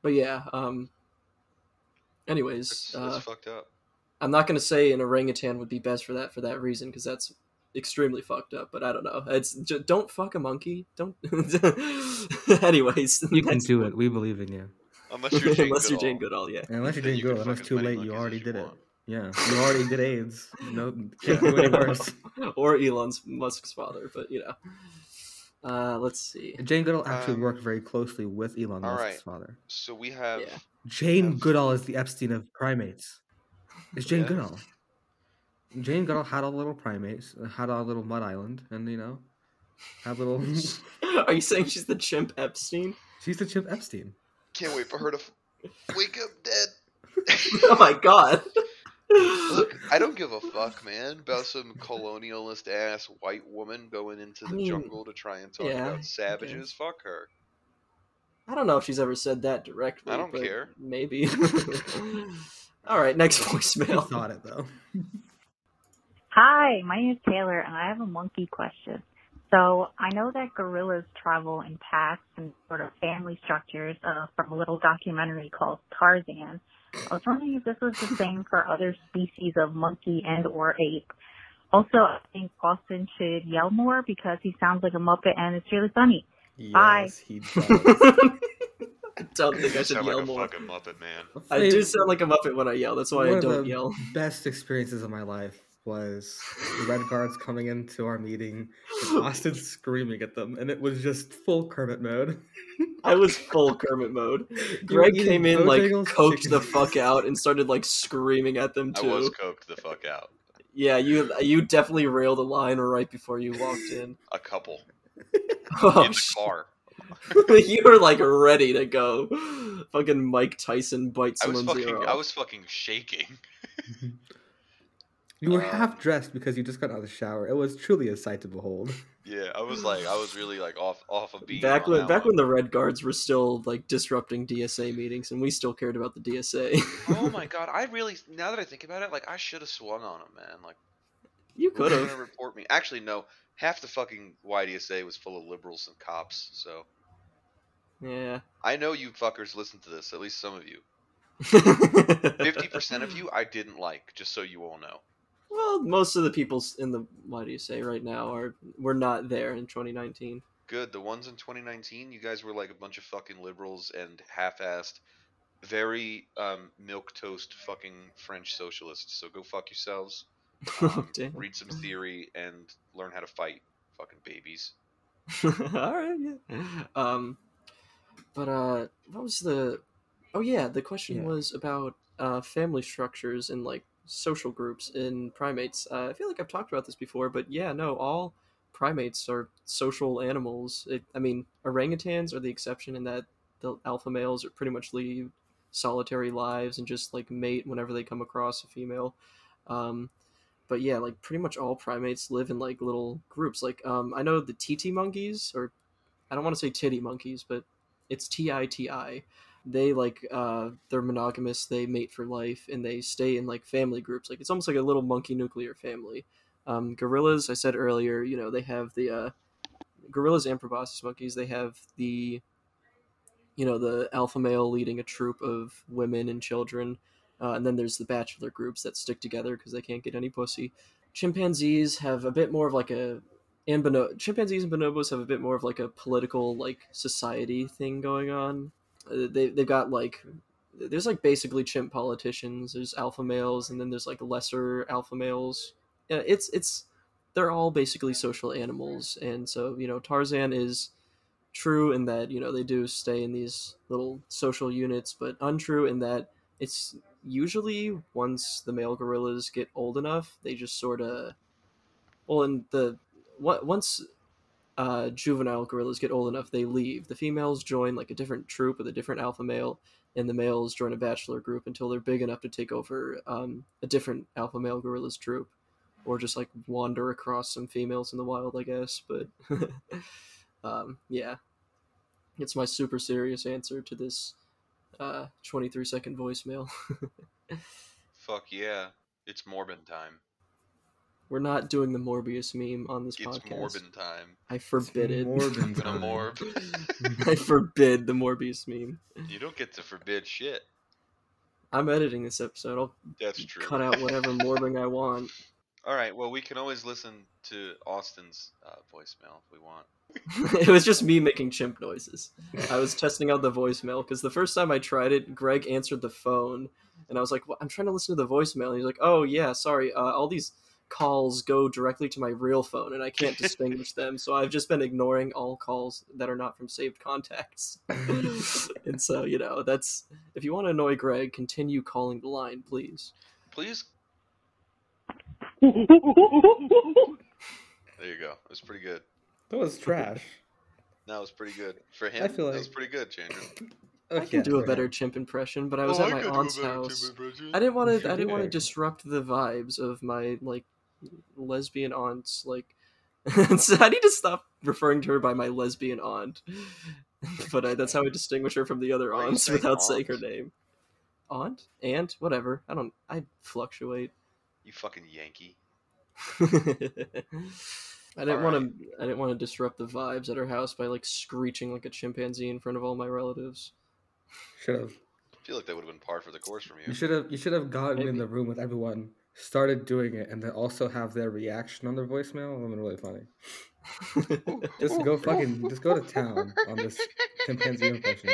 B: But yeah. Um. Anyways,
C: That's,
B: uh,
C: that's fucked up.
B: [LAUGHS] I'm not gonna say an orangutan would be best for that for that reason because that's extremely fucked up. But I don't know. It's j- don't fuck a monkey. Don't. [LAUGHS] Anyways,
A: You can
B: next
A: do
B: one.
A: it. We believe in you.
C: Unless you're Jane
B: Unless you're Jane
C: Goodall.
B: Goodall, yeah.
A: Unless you're
C: Then
A: doing
C: you can
A: good. Unless
C: fuck
A: too
C: as many
A: late. You
C: monkeys
A: already
C: as you
A: did it.
C: want.
A: Yeah, you already did
C: [LAUGHS]
A: AIDS. No, can't do any worse.
B: Or Elon Musk's father, but you know. Uh, let's see. [LAUGHS]
A: Jane Goodall actually
C: Um,
A: worked very closely with Elon
C: all
A: Musk's
C: right.
A: father.
C: So we have
B: Yeah.
A: Jane
C: Yes.
A: Goodall is the Epstein of primates. It's Jane
C: Yeah.
A: Goodall. Jane Goodall had all the little primates, uh, had all the little mud island, and you know, had
B: [LAUGHS]
A: little.
B: Are you saying she's the chimp Epstein? [LAUGHS]
A: She's the Chip Epstein.
C: can't wait for her to f- wake up dead.
B: Oh my god. [LAUGHS]
C: Look, I don't give a fuck, man, about some colonialist ass white woman going into
B: I
C: the
B: mean,
C: jungle to try and talk
B: yeah, I
C: about
B: guess.
C: savages. Fuck her.
B: I don't know if she's ever said that directly.
C: I don't
B: but
C: care.
B: Maybe. [LAUGHS] All right, next [LAUGHS]
A: He
B: voicemail.
A: thought it though.
H: Hi, my name is Taylor, and I have a monkey question. So I know that gorillas travel in packs and sort of family structures uh, from a little documentary called Tarzan. I was wondering if this was the same for other species of monkey and or ape. Also, I think Austin should yell more because he sounds like a muppet and it's really funny. Bye.
A: Yes, he does.
B: I don't think I should
C: sound
B: yell
C: like
B: more.
C: a
B: [LAUGHS]
C: fucking muppet, man.
B: I do sound like a muppet when I yell. That's why
A: One
B: I
A: of [LAUGHS]
B: don't
A: the
B: yell.
A: Best experiences of my life was the red guards coming into our meeting,
B: [LAUGHS]
A: and Austin screaming at them, and it was just full Kermit mode. [LAUGHS]
B: I was full Kermit mode.
A: You were
B: Greg
A: eating
B: came in like
A: Bojangles
B: coked
A: chicken-
B: the fuck out and started like screaming at them
C: I
B: too.
C: was coked the fuck out.
B: Yeah, you you definitely railed a line right before you walked
C: [LAUGHS]
B: in.
C: A couple
B: Oh, [LAUGHS]
C: in the car.
B: you were like ready to go. Fucking Mike Tyson bites
C: I was
B: someone's uh,
C: fucking.
B: ear
C: I
B: off.
C: was fucking shaking. [LAUGHS]
A: You were
C: Uh,
A: half dressed because you just got out of the shower. It was truly a sight to behold.
C: Yeah, I was like, I was really like off off of beat.
B: Back
C: on
B: when
C: that
B: back
C: one.
B: when the Red Guards were still like disrupting DSA meetings, and we still cared about the DSA.
C: oh my god, I really now that I think about it, like I should have swung on him, man. Like
B: [LAUGHS] you
C: who's
B: could
C: gonna
B: have.
C: report me? Actually, no. Half the fucking YDSA was full of liberals and cops, so
B: Yeah.
C: I know you fuckers listen to this. At least some of you. Fifty percent
B: [LAUGHS]
C: of you, I didn't like. Just so you all know.
B: Well, most of the people s- in the why do you say right now are we're not there in 2019.
C: Good. The ones in 2019, you guys were like a bunch of fucking liberals and half-assed, very um, milk toast fucking French socialists. So go fuck yourselves.
B: [LAUGHS] oh,
C: Um,
B: damn.
C: read some theory and learn how to fight, fucking babies.
B: [LAUGHS] All right, yeah. Um, but uh, what was the? Oh yeah, the question
A: Yeah.
B: was about uh family structures and like social groups in primates. Uh, I feel like I've talked about this before, but yeah, no, all primates are social animals. It, I mean, orangutans are the exception in that the alpha males are pretty much lead solitary lives and just like mate whenever they come across a female. Um, but yeah, like pretty much all primates live in like little groups. Like um, I know the TT monkeys, or I don't want to say titty monkeys, but it's T I T I. They like uh, they're monogamous. They mate for life, and they stay in like family groups. Like it's almost like a little monkey nuclear family. Um, gorillas, I said earlier, you know they have the uh, gorillas and proboscis monkeys. They have the you know the alpha male leading a troop of women and children uh, and then there's the bachelor groups that stick together because they can't get any pussy. Chimpanzees have a bit more of like a and bono- chimpanzees and bonobos have a bit more of like a political like society thing going on. Uh, they they've got like there's like basically chimp politicians. There's alpha males and then there's like lesser alpha males. Yeah, it's it's they're all basically social animals, and so you know Tarzan is true in that you know they do stay in these little social units, but untrue in that it's usually once the male gorillas get old enough, they just sort of well, and the on- once uh, juvenile gorillas get old enough, they leave. The females join like a different troop with a different alpha male, and the males join a bachelor group until they're big enough to take over um, a different alpha male gorilla's troop, or just like wander across some females in the wild, I guess. But [LAUGHS] um, yeah, it's my super serious answer to this uh, 23 second voicemail. [LAUGHS]
C: Fuck yeah, it's Morbin time.
B: We're not doing the Morbius meme on this
C: It's
B: podcast.
C: Morbin time.
B: [LAUGHS] I forbid it.
A: Morbin
C: Gonna
A: time.
B: [LAUGHS]
C: morb.
B: I forbid the Morbius meme.
C: you don't get to forbid shit.
B: I'm editing this episode. I'll
C: That's true.
B: cut out whatever
C: [LAUGHS]
B: morbing I want.
C: All right. Well, we can always listen to Austin's uh, voicemail if we want.
B: [LAUGHS] it was just me making chimp noises. I was testing out the voicemail because the first time I tried it, Greg answered the phone, and I was like, well, "I'm trying to listen to the voicemail." And he's like, "Oh yeah, sorry. Uh, all these calls go directly to my real phone, and I can't distinguish them. So I've just been ignoring all calls that are not from saved contacts." [LAUGHS] and so you know, that's if you want to annoy Greg, continue calling the line, please. [LAUGHS]
C: Please. There you go. It was pretty good.
A: That was trash.
C: That was pretty good for him.
A: I feel
C: That was
A: like-
C: pretty good, Chandra.
B: I can do a better chimp impression, but I was
C: Oh,
B: at my
C: could do a
B: aunt's
C: better
B: house.
C: Tim impression.
B: I didn't want
A: You
B: to.
A: sure
B: I didn't want to
A: did.
B: disrupt the vibes of my like lesbian aunts. Like, [LAUGHS] so I need to stop referring to her by my lesbian aunt. [LAUGHS] but I, that's how I distinguish her from the other
C: Why are you
B: aunts
C: saying
B: without saying her
C: aunt?
B: name. Aunt, aunt, whatever. I don't. I fluctuate. [LAUGHS]
C: You fucking Yankee.
B: I didn't want
C: Alright.
B: to. I didn't want to disrupt the vibes at her house by like screeching like a chimpanzee in front of all my relatives. [LAUGHS]
A: Should have.
C: I feel like that would have been par for the course from
A: You
C: you.
A: should have. You should have gotten in
B: Maybe.
A: the room with everyone, started doing it, and then also have their reaction on their voicemail. It would have been really funny. Just go fucking. Just go to town on this chimpanzee impression.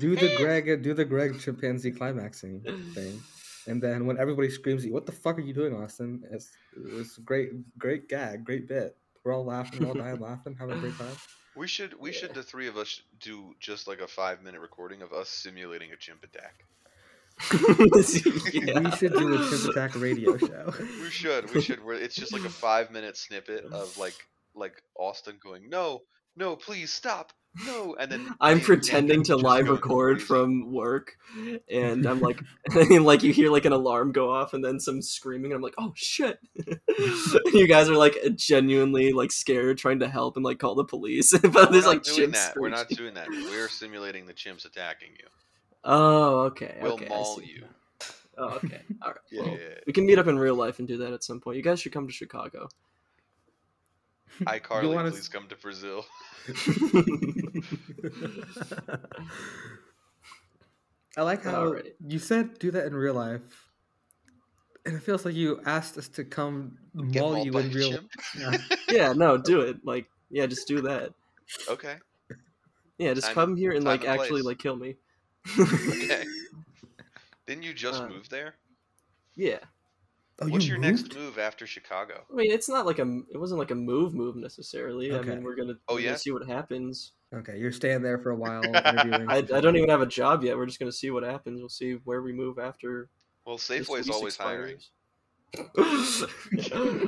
A: Do the Greg. Do the Greg chimpanzee climaxing thing. And then when everybody screams at you, "What the fuck are you doing, Austin?" It's it's a great, great gag, great bit. We're all laughing, we're all dying laughing, having a great time.
C: We should we should the three of us do just like a five minute recording of us simulating a chimp attack.
B: [LAUGHS] Yeah.
A: We should do
C: [LAUGHS]
A: a Chimp Attack radio show. [LAUGHS]
B: [LAUGHS]
C: We should we should. We're, it's just like a five minute snippet of like like Austin going no no please stop no and then
B: I'm
C: me and
B: pretending to
C: Andrew just
B: live
C: going
B: record
C: crazy.
B: from [LAUGHS] work, and I'm
C: [LAUGHS]
B: like, [LAUGHS] and like you hear like an alarm go off, and then some screaming, and I'm like, oh shit! [LAUGHS] you guys are like genuinely like scared, trying to help and like call the police, [LAUGHS] but
C: We're
B: there's
C: not
B: like
C: doing
B: chimps.
C: that. We're not
B: screeching.
C: doing that. We're simulating the chimps attacking
B: [LAUGHS]
C: you.
B: Oh, okay.
C: We'll
B: okay, I
C: maul
B: see. [LAUGHS]
C: you.
B: Oh,
C: [LAUGHS]
B: okay. All right.
C: Yeah,
B: well, [LAUGHS]
C: yeah, yeah.
B: we can meet up in real life and do that at some point. You guys should come to Chicago.
C: iCarly,
A: wanna-
C: please come to Brazil. [LAUGHS]
A: [LAUGHS] I like how
B: Alright.
A: you said do that in real life, and it feels like you asked us to come
C: Get
A: maul
C: mauled
A: you
C: by
A: in
C: a
A: real. [LAUGHS]
B: [LAUGHS]
C: chimp?
B: yeah.
C: [LAUGHS]
B: No, do it. Like, yeah, just do that.
C: Okay.
B: Yeah, just
C: Time-
B: come here and
C: time
B: like
C: and
B: actually
C: place.
B: like kill
C: [LAUGHS]
B: me. [LAUGHS]
C: Okay. Didn't you just
B: Uh,
C: move there?
B: yeah.
A: Oh,
C: What's
A: you
C: your
A: moved?
C: next move after Chicago?
B: I mean, it's not like a. It wasn't like a move move necessarily. I
A: Okay.
B: mean, we're gonna.
C: Oh,
B: we're gonna
C: yeah?
B: see what happens.
A: Okay, you're staying there for a
C: [LAUGHS]
A: while interviewing.
B: I,
A: some
B: I
A: people. [LAUGHS]
B: don't even have a job yet. We're just gonna see what happens. We'll see where we move after.
C: Well,
B: this
C: Safeway's
B: lease
C: always hiring.
B: expires. [LAUGHS]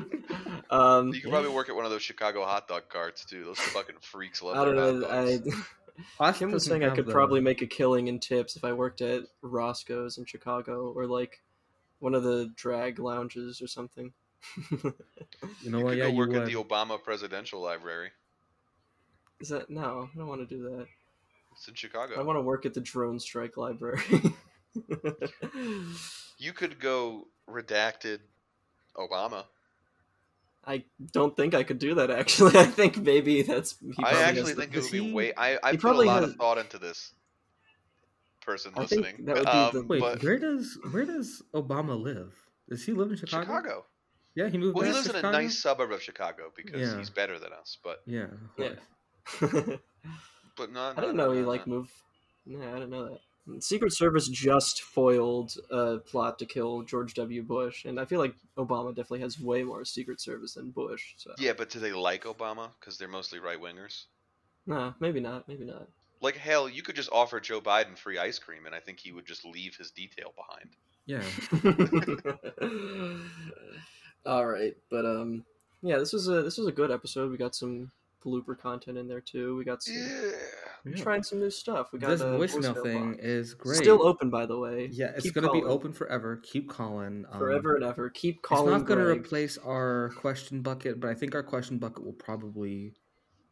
B: um,
C: You could probably work at one of those Chicago hot dog carts too. Those fucking freaks love
B: I
C: their
B: don't
C: hot
B: know.
C: dogs.
B: [LAUGHS] I,
A: Austin
B: Kim was
A: doesn't
B: saying I
A: have
B: could
A: the-
B: probably make a killing in tips if I worked at Roscoe's in Chicago or like one of the drag lounges or something. [LAUGHS]
A: You know
C: you
A: what?
C: could
A: Yeah,
C: go
A: you
C: work at
A: would.
C: the Obama Presidential Library.
B: Is that no? I don't want to do that.
C: It's in
B: I
C: Chicago.
B: want to work at the Drone Strike Library. [LAUGHS]
C: You could go redacted Obama.
B: I don't think I could do that. Actually, [LAUGHS] I think maybe that's. He
C: I
B: probably
C: actually
B: has the-
C: think it would be
A: he-
C: way. I I
B: he
C: put a
B: probably
C: lot of
B: has-
C: thought into this. Person
B: I think
C: listening,
B: that would be the-
C: um,
A: Wait,
C: but
A: where does where does Obama live? Does he live in Chicago?
C: Chicago.
A: Yeah, he moved.
C: Well, he
A: back
C: lives
A: to
C: in a
A: Chicago?
C: nice suburb of Chicago because
A: Yeah.
C: he's better than us. But
A: Yeah, of
B: Yeah.
A: course.
C: but
B: [LAUGHS]
C: no,
B: I
C: no,
B: didn't
C: no,
B: know he
C: no, [LAUGHS]
B: like
C: no.
B: moved. No, I didn't know that. Secret Service just foiled a plot to kill George W. Bush, and I feel like Obama definitely has way more Secret Service than Bush. So
C: Yeah, but do they like Obama? Because they're mostly right wingers.
B: no, maybe not. Maybe not.
C: [LAUGHS] Like hell, you could just offer Joe Biden free ice cream, and I think he would just leave his detail behind.
A: Yeah.
B: All right, but um, yeah, this was a this was a good episode. We got some blooper content in there too. We got some
A: yeah.
B: trying some new stuff. We got
A: This
B: a
A: voicemail thing
B: box.
A: is great.
B: still open by the way.
A: Yeah, it's
B: Keep
A: going to be
B: calling.
A: open forever. Keep calling. Um,
B: forever and ever. Keep
A: It's
B: calling.
A: not going to
B: Greg.
A: replace our question bucket, but I think our question bucket will probably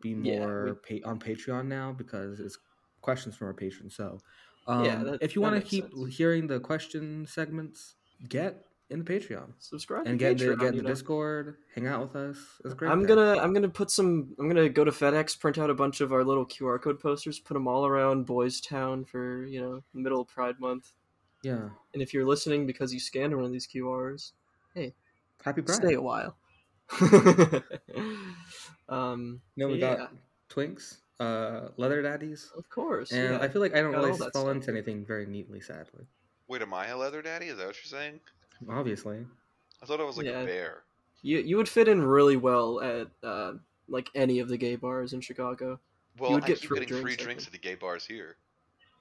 A: be
B: Yeah,
A: more pa- on Patreon now because it's questions from our patrons. So, um,
B: Yeah, that-
A: if you
B: that
A: want to
B: makes
A: keep
B: sense.
A: hearing the question segments, get in the Patreon
B: subscribe
A: and
B: to
A: get
B: Patreon,
A: the, get
B: you
A: the
B: know.
A: Discord, hang out with us. It's great.
B: I'm
A: there.
B: gonna I'm gonna put some I'm gonna go to FedEx, print out a bunch of our little QR code posters, put them all around Boys Town for you know middle of Pride Month.
A: yeah.
B: And if you're listening because you scanned one of these QRs,
A: Happy Pride.
B: stay a while. [LAUGHS] um,
A: No, we
B: yeah,
A: got Twinks, uh, Leather Daddies,
B: of course.
A: and
B: yeah.
A: I feel like I don't
B: Got
A: really
B: all that
A: fall
B: stuff.
A: into anything very neatly, sadly.
C: Wait, am I a leather daddy? Is that what you're saying?
A: Obviously.
C: I thought I was like
B: Yeah.
C: a bear.
B: you you would fit in really well at uh, like any of the gay bars in Chicago.
C: Well,
B: would
C: I
B: get
C: keep
B: free
C: getting free
B: drinks, I
C: drinks at
B: think.
C: the gay
B: [LAUGHS]
C: bars here.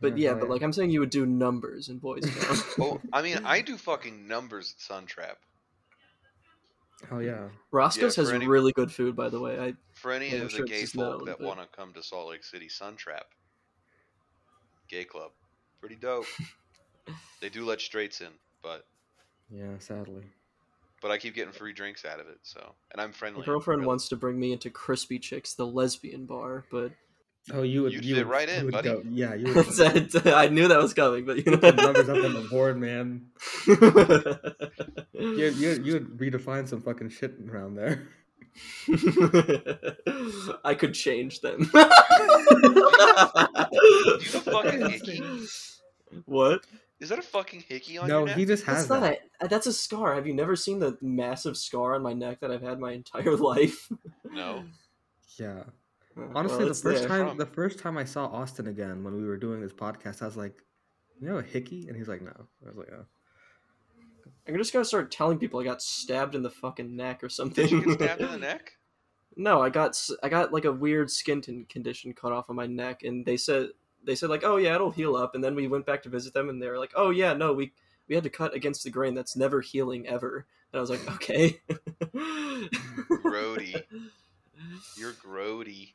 B: But yeah, but
A: hell
B: like I'm saying, you would do numbers
A: [LAUGHS]
B: in Boys Town.
C: Oh, I mean, I do fucking numbers at Suntrap.
A: Hell yeah.
B: Roscoe's
C: Yeah, for
B: has
C: any-
B: really good food, by the way. I
C: For any
B: Yeah, I'm
C: of the
B: sure it's
C: gay
B: just not
C: folk
B: one,
C: that
B: but-
C: want to come to Salt Lake City, Suntrap, gay club,
B: [LAUGHS]
C: pretty dope. they do let straights in, but
A: Yeah, sadly.
C: but I keep getting free drinks out of it. So, and I'm friendly.
B: my
C: I'm
B: girlfriend
C: really-
B: wants to bring me into Crispy Chicks, the lesbian bar,
A: [LAUGHS]
B: but
A: Oh, you would.
C: You'd
A: you
C: fit
A: would,
C: right
A: you
C: in,
A: would
C: buddy.
A: Go, yeah,
B: [LAUGHS]
A: you would.
B: I I knew that was coming. But you
A: put numbers up on
B: know,
A: the board, man.
B: [LAUGHS]
A: You you you would redefine some fucking shit around there.
B: I could change
A: [LAUGHS]
B: them.
C: You the fucking hickey?
B: What?
C: Is that a fucking hickey on
A: No,
C: your neck?
A: he just has
B: That's not.
A: that.
B: A, that's a scar. Have you never seen the massive scar on my neck that I've had my entire [LAUGHS] life?
C: No.
A: Yeah.
B: Uh,
A: Honestly,
B: well,
A: the
B: it's
A: first
B: there.
A: time
C: from.
A: the first time I saw Austin again when we were doing this podcast, I was like, "You know, a hickey," and he's like, "No." I was like, "Oh."
B: I'm just gonna start telling people I got stabbed in the fucking neck or something. [LAUGHS]
C: Did you get stabbed in the neck?
B: No, I got s- I got like a weird skin t- condition cut off on my neck, and they said they said like, oh yeah, it'll heal up. And then we went back to visit them, and they were like, oh yeah, no, we we had to cut against the grain. That's never healing ever. And I was
C: [LAUGHS]
B: like, okay.
C: Grody. You're grody.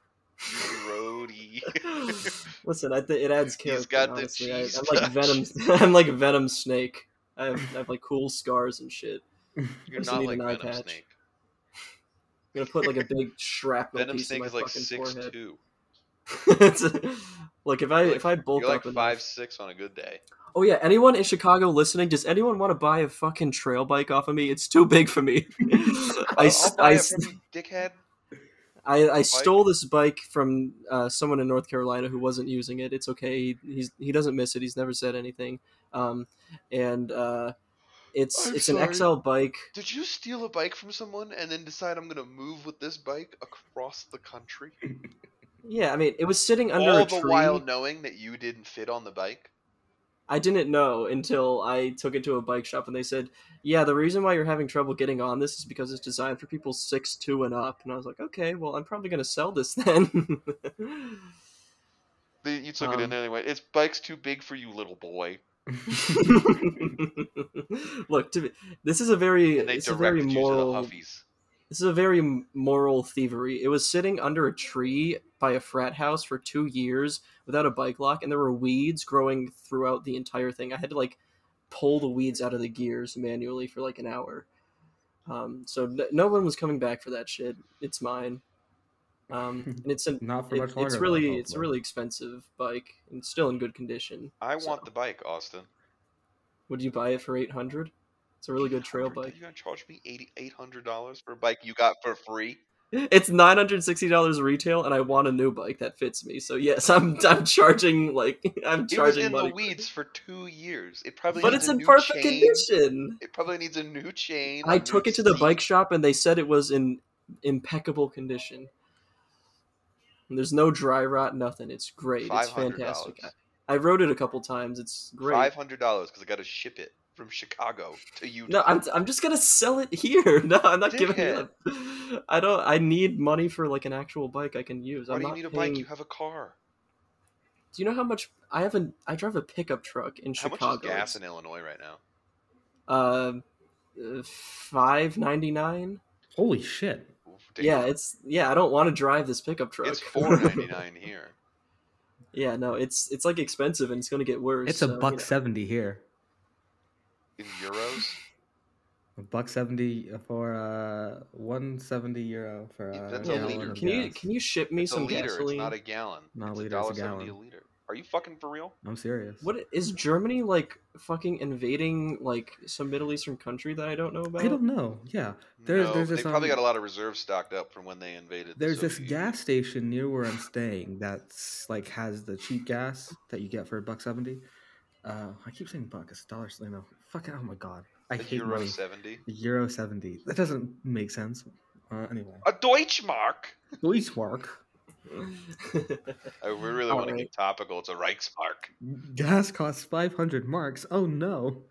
C: You're grody.
B: [LAUGHS] Listen, I th- it adds character.
C: got the
B: honestly.
C: cheese
B: I, I'm like venom. [LAUGHS]
C: touch.
B: I'm like venom snake. I have, I have like cool scars and shit.
C: You're
B: Just
C: not
B: need
C: like
B: an eye
C: Venom
B: patch.
C: Snake.
B: I'm gonna put like a
C: [LAUGHS]
B: big shrapnel
C: Venom
B: piece
C: Snake
B: in my
C: is like
B: fucking
C: six
B: forehead.
C: two.
B: [LAUGHS] It's a- Look, if I
C: You're
B: if I bulk
C: You're like
B: up enough-
C: five six on a good day.
B: Oh yeah, anyone in Chicago listening? Does anyone want to buy a fucking trail bike off of me? It's too big for
C: [LAUGHS]
B: me. I,
C: I'll,
B: s-
C: I'll buy
B: I
C: it
B: s-
C: from you, dickhead.
B: I- I stole this bike from uh, someone in North Carolina who wasn't using it. It's okay. He, he's he doesn't miss it. He's never said anything. Um, and uh, it's
C: I'm
B: it's
C: sorry.
B: an XL bike.
C: Did you steal a bike from someone and then decide I'm gonna move with this bike across the country?
B: Yeah, I mean, it was sitting under
C: All
B: a
C: the
B: tree.
C: while knowing that you didn't fit on the bike.
B: I didn't know until I took it to a bike shop and they said, "Yeah, the reason why you're having trouble getting on this is because it's designed for people six two and up." And I was like, "Okay, well, I'm probably gonna sell this then." [LAUGHS]
C: The- You took it
B: Um,
C: in anyway. It's bike's too big for you, little boy.
B: Look, to be, this is a very
C: And they
B: it's a very
C: directed you
B: moral
C: to the Huffies.
B: this is a very m- moral thievery. It was sitting under a tree by a frat house for two years without a bike lock, and there were weeds growing throughout the entire thing. I had to like pull the weeds out of the gears manually for like an hour. Um, so n- no one was coming back for that shit. It's mine,
A: [LAUGHS]
B: um, and it's an
A: Not for
B: it-
A: much longer.
B: it's
A: though,
B: really it's a
A: hopefully.
B: really expensive bike and still in good condition.
C: I
B: So,
C: want the bike, Austin.
B: Would you buy it for eight hundred? It's a really good trail
C: $800?
B: bike.
C: You're gonna charge me eighty eight hundred dollars for a bike you got for free?
B: It's nine hundred sixty dollars retail, and I want a new bike that fits me. So yes, I'm I'm charging like [LAUGHS] I'm
C: It was
B: charging
C: in
B: money,
C: the
B: for
C: weeds
B: it.
C: for two years. It probably
B: but
C: needs
B: it's
C: a
B: in
C: new
B: perfect
C: chain.
B: condition.
C: It probably needs a new chain.
B: I took it to the bike shop, and they said it was in impeccable condition. And there's no dry rot, nothing. It's great. It's
C: Five hundred
B: fantastic.
C: dollars.
B: I, I rode it a couple times. It's great.
C: Five hundred dollars because I got to ship it from Chicago to Utah.
B: No, I'm, I'm just gonna sell it here. [LAUGHS] No, I'm not giving it
C: Dickhead.
B: up. I don't. I need money for like an actual bike I can use.
C: Why
B: I'm
C: do you
B: not
C: need a
B: paying.
C: bike? You have a car.
B: Do you know how much I have? A, I drive a pickup truck in
C: How
B: Chicago.
C: much is gas
B: It's-
C: in Illinois right now?
B: uh, five ninety nine.
A: Holy shit!
C: Oof, damn.
B: Yeah, it's yeah. I don't want to drive this pickup truck. [LAUGHS]
C: it's four ninety nine here.
B: yeah, no, it's it's like expensive and it's gonna get worse.
A: It's a
B: so, you
A: buck
B: know.
A: seventy here.
C: In euros,
A: A buck seventy for uh one seventy euro for
C: Yeah,
A: uh,
C: that's
B: a
A: gallon
C: liter.
A: of
B: Can you
A: gas.
B: can you ship me
C: it's a
B: some
C: liter.
B: gasoline?
C: It's not a gallon.
A: Not a
C: it's
A: liter, it's a
C: $1.70 a
A: gallon.
C: liter. Are you fucking for real?
A: I'm serious.
B: What is Germany like? Fucking invading like some Middle Eastern country that I don't know about.
A: I don't know. Yeah, There's-
C: no,
A: there's
C: they
A: this,
C: probably
A: um,
C: got a lot of reserves stocked up from when they invaded.
A: there's
C: the
A: this
C: Soviet
A: gas station near where I'm staying that's like has the cheap gas that you get for a buck seventy. Uh, I keep saying buck. It's a dollar. You know, fucking. Oh my god, I
C: Union. A
A: hate
C: euro
A: money.
C: seventy.
A: The euro seventy. That doesn't make sense. Uh,
C: [LAUGHS]
A: anyway,
C: A Deutschmark.
A: police work.
C: Oh, we really
B: All
C: want to
B: right.
C: get topical. It's a Reichsmark.
A: Gas costs five hundred marks. Oh no,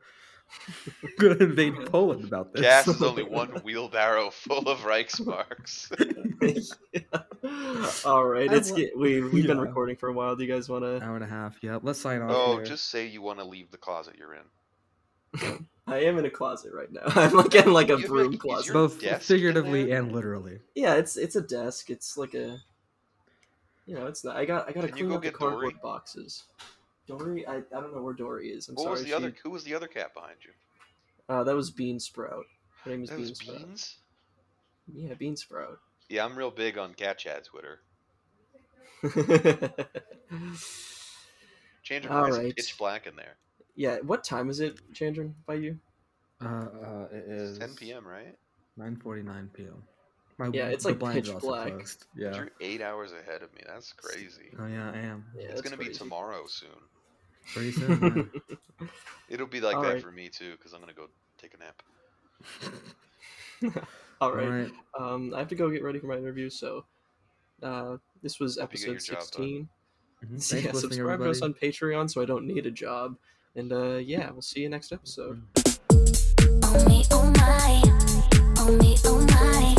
A: [LAUGHS] I'm gonna invade
C: [LAUGHS]
A: Poland about this. [LAUGHS]
C: Gas is only one wheelbarrow [LAUGHS] full of Reichsmarks.
B: [LAUGHS] All right,
A: I
B: it's
A: wa-
B: get, we we've been
A: Yeah.
B: recording for a while. Do you guys want to?
A: Hour and a half. Yeah, let's sign off.
C: oh,
A: here.
C: just say you want to leave the closet you're in.
B: I am in a closet right now. [LAUGHS] I'm like in like a
C: You have,
B: broom
C: like,
B: closet.
C: your
A: both
C: desk in
A: figuratively
C: there?
A: and literally.
B: Yeah, it's it's a desk. It's like a, you know, it's not. I got I got to
C: Can you
B: clean
C: go
B: up the
C: get Dory?
B: cardboard boxes. Dory, I, I don't know where Dory is. I'm
C: What
B: sorry.
C: was the
B: she-
C: other? Who was the other cat behind you?
B: Uh, that was Bean Sprout. Her name is
C: That
B: Bean
C: was
B: Sprout.
C: Beans.
B: Yeah, Bean Sprout. [LAUGHS]
C: Yeah, I'm real big on cat chat Twitter. Change of
B: All
C: voice.
B: right.
C: It's pitch black in there.
B: yeah, what time is it, Chandran? By you?
A: Uh, uh, it
C: It's
A: is
C: 10 p.m. Right?
A: Nine forty nine p.m. My
B: Yeah, it's
A: the
B: like
A: blinds
B: pitch
A: are also
B: black.
A: closed. Yeah.
C: You're eight hours ahead of me. That's crazy.
A: Oh yeah, I am.
B: Yeah,
C: it's
B: that's
C: gonna be
B: crazy.
C: tomorrow soon.
A: Pretty soon. yeah.
B: [LAUGHS]
C: It'll be like
B: All
C: that
B: right.
C: for me too, because I'm gonna go take a nap.
B: All
A: All
B: right.
A: right.
B: Um, I have to go get ready for my interview. So, uh, this was
C: Hope you get
B: episode
C: your job done.
B: sixteen.
A: Mhm. Thanks
B: yeah,
A: for listening,
B: subscribe to
A: everybody.
B: us on Patreon so I don't need a job. And uh, yeah, we'll see you next episode.
A: Mm.
I: oh me, oh my, oh me, oh my. oh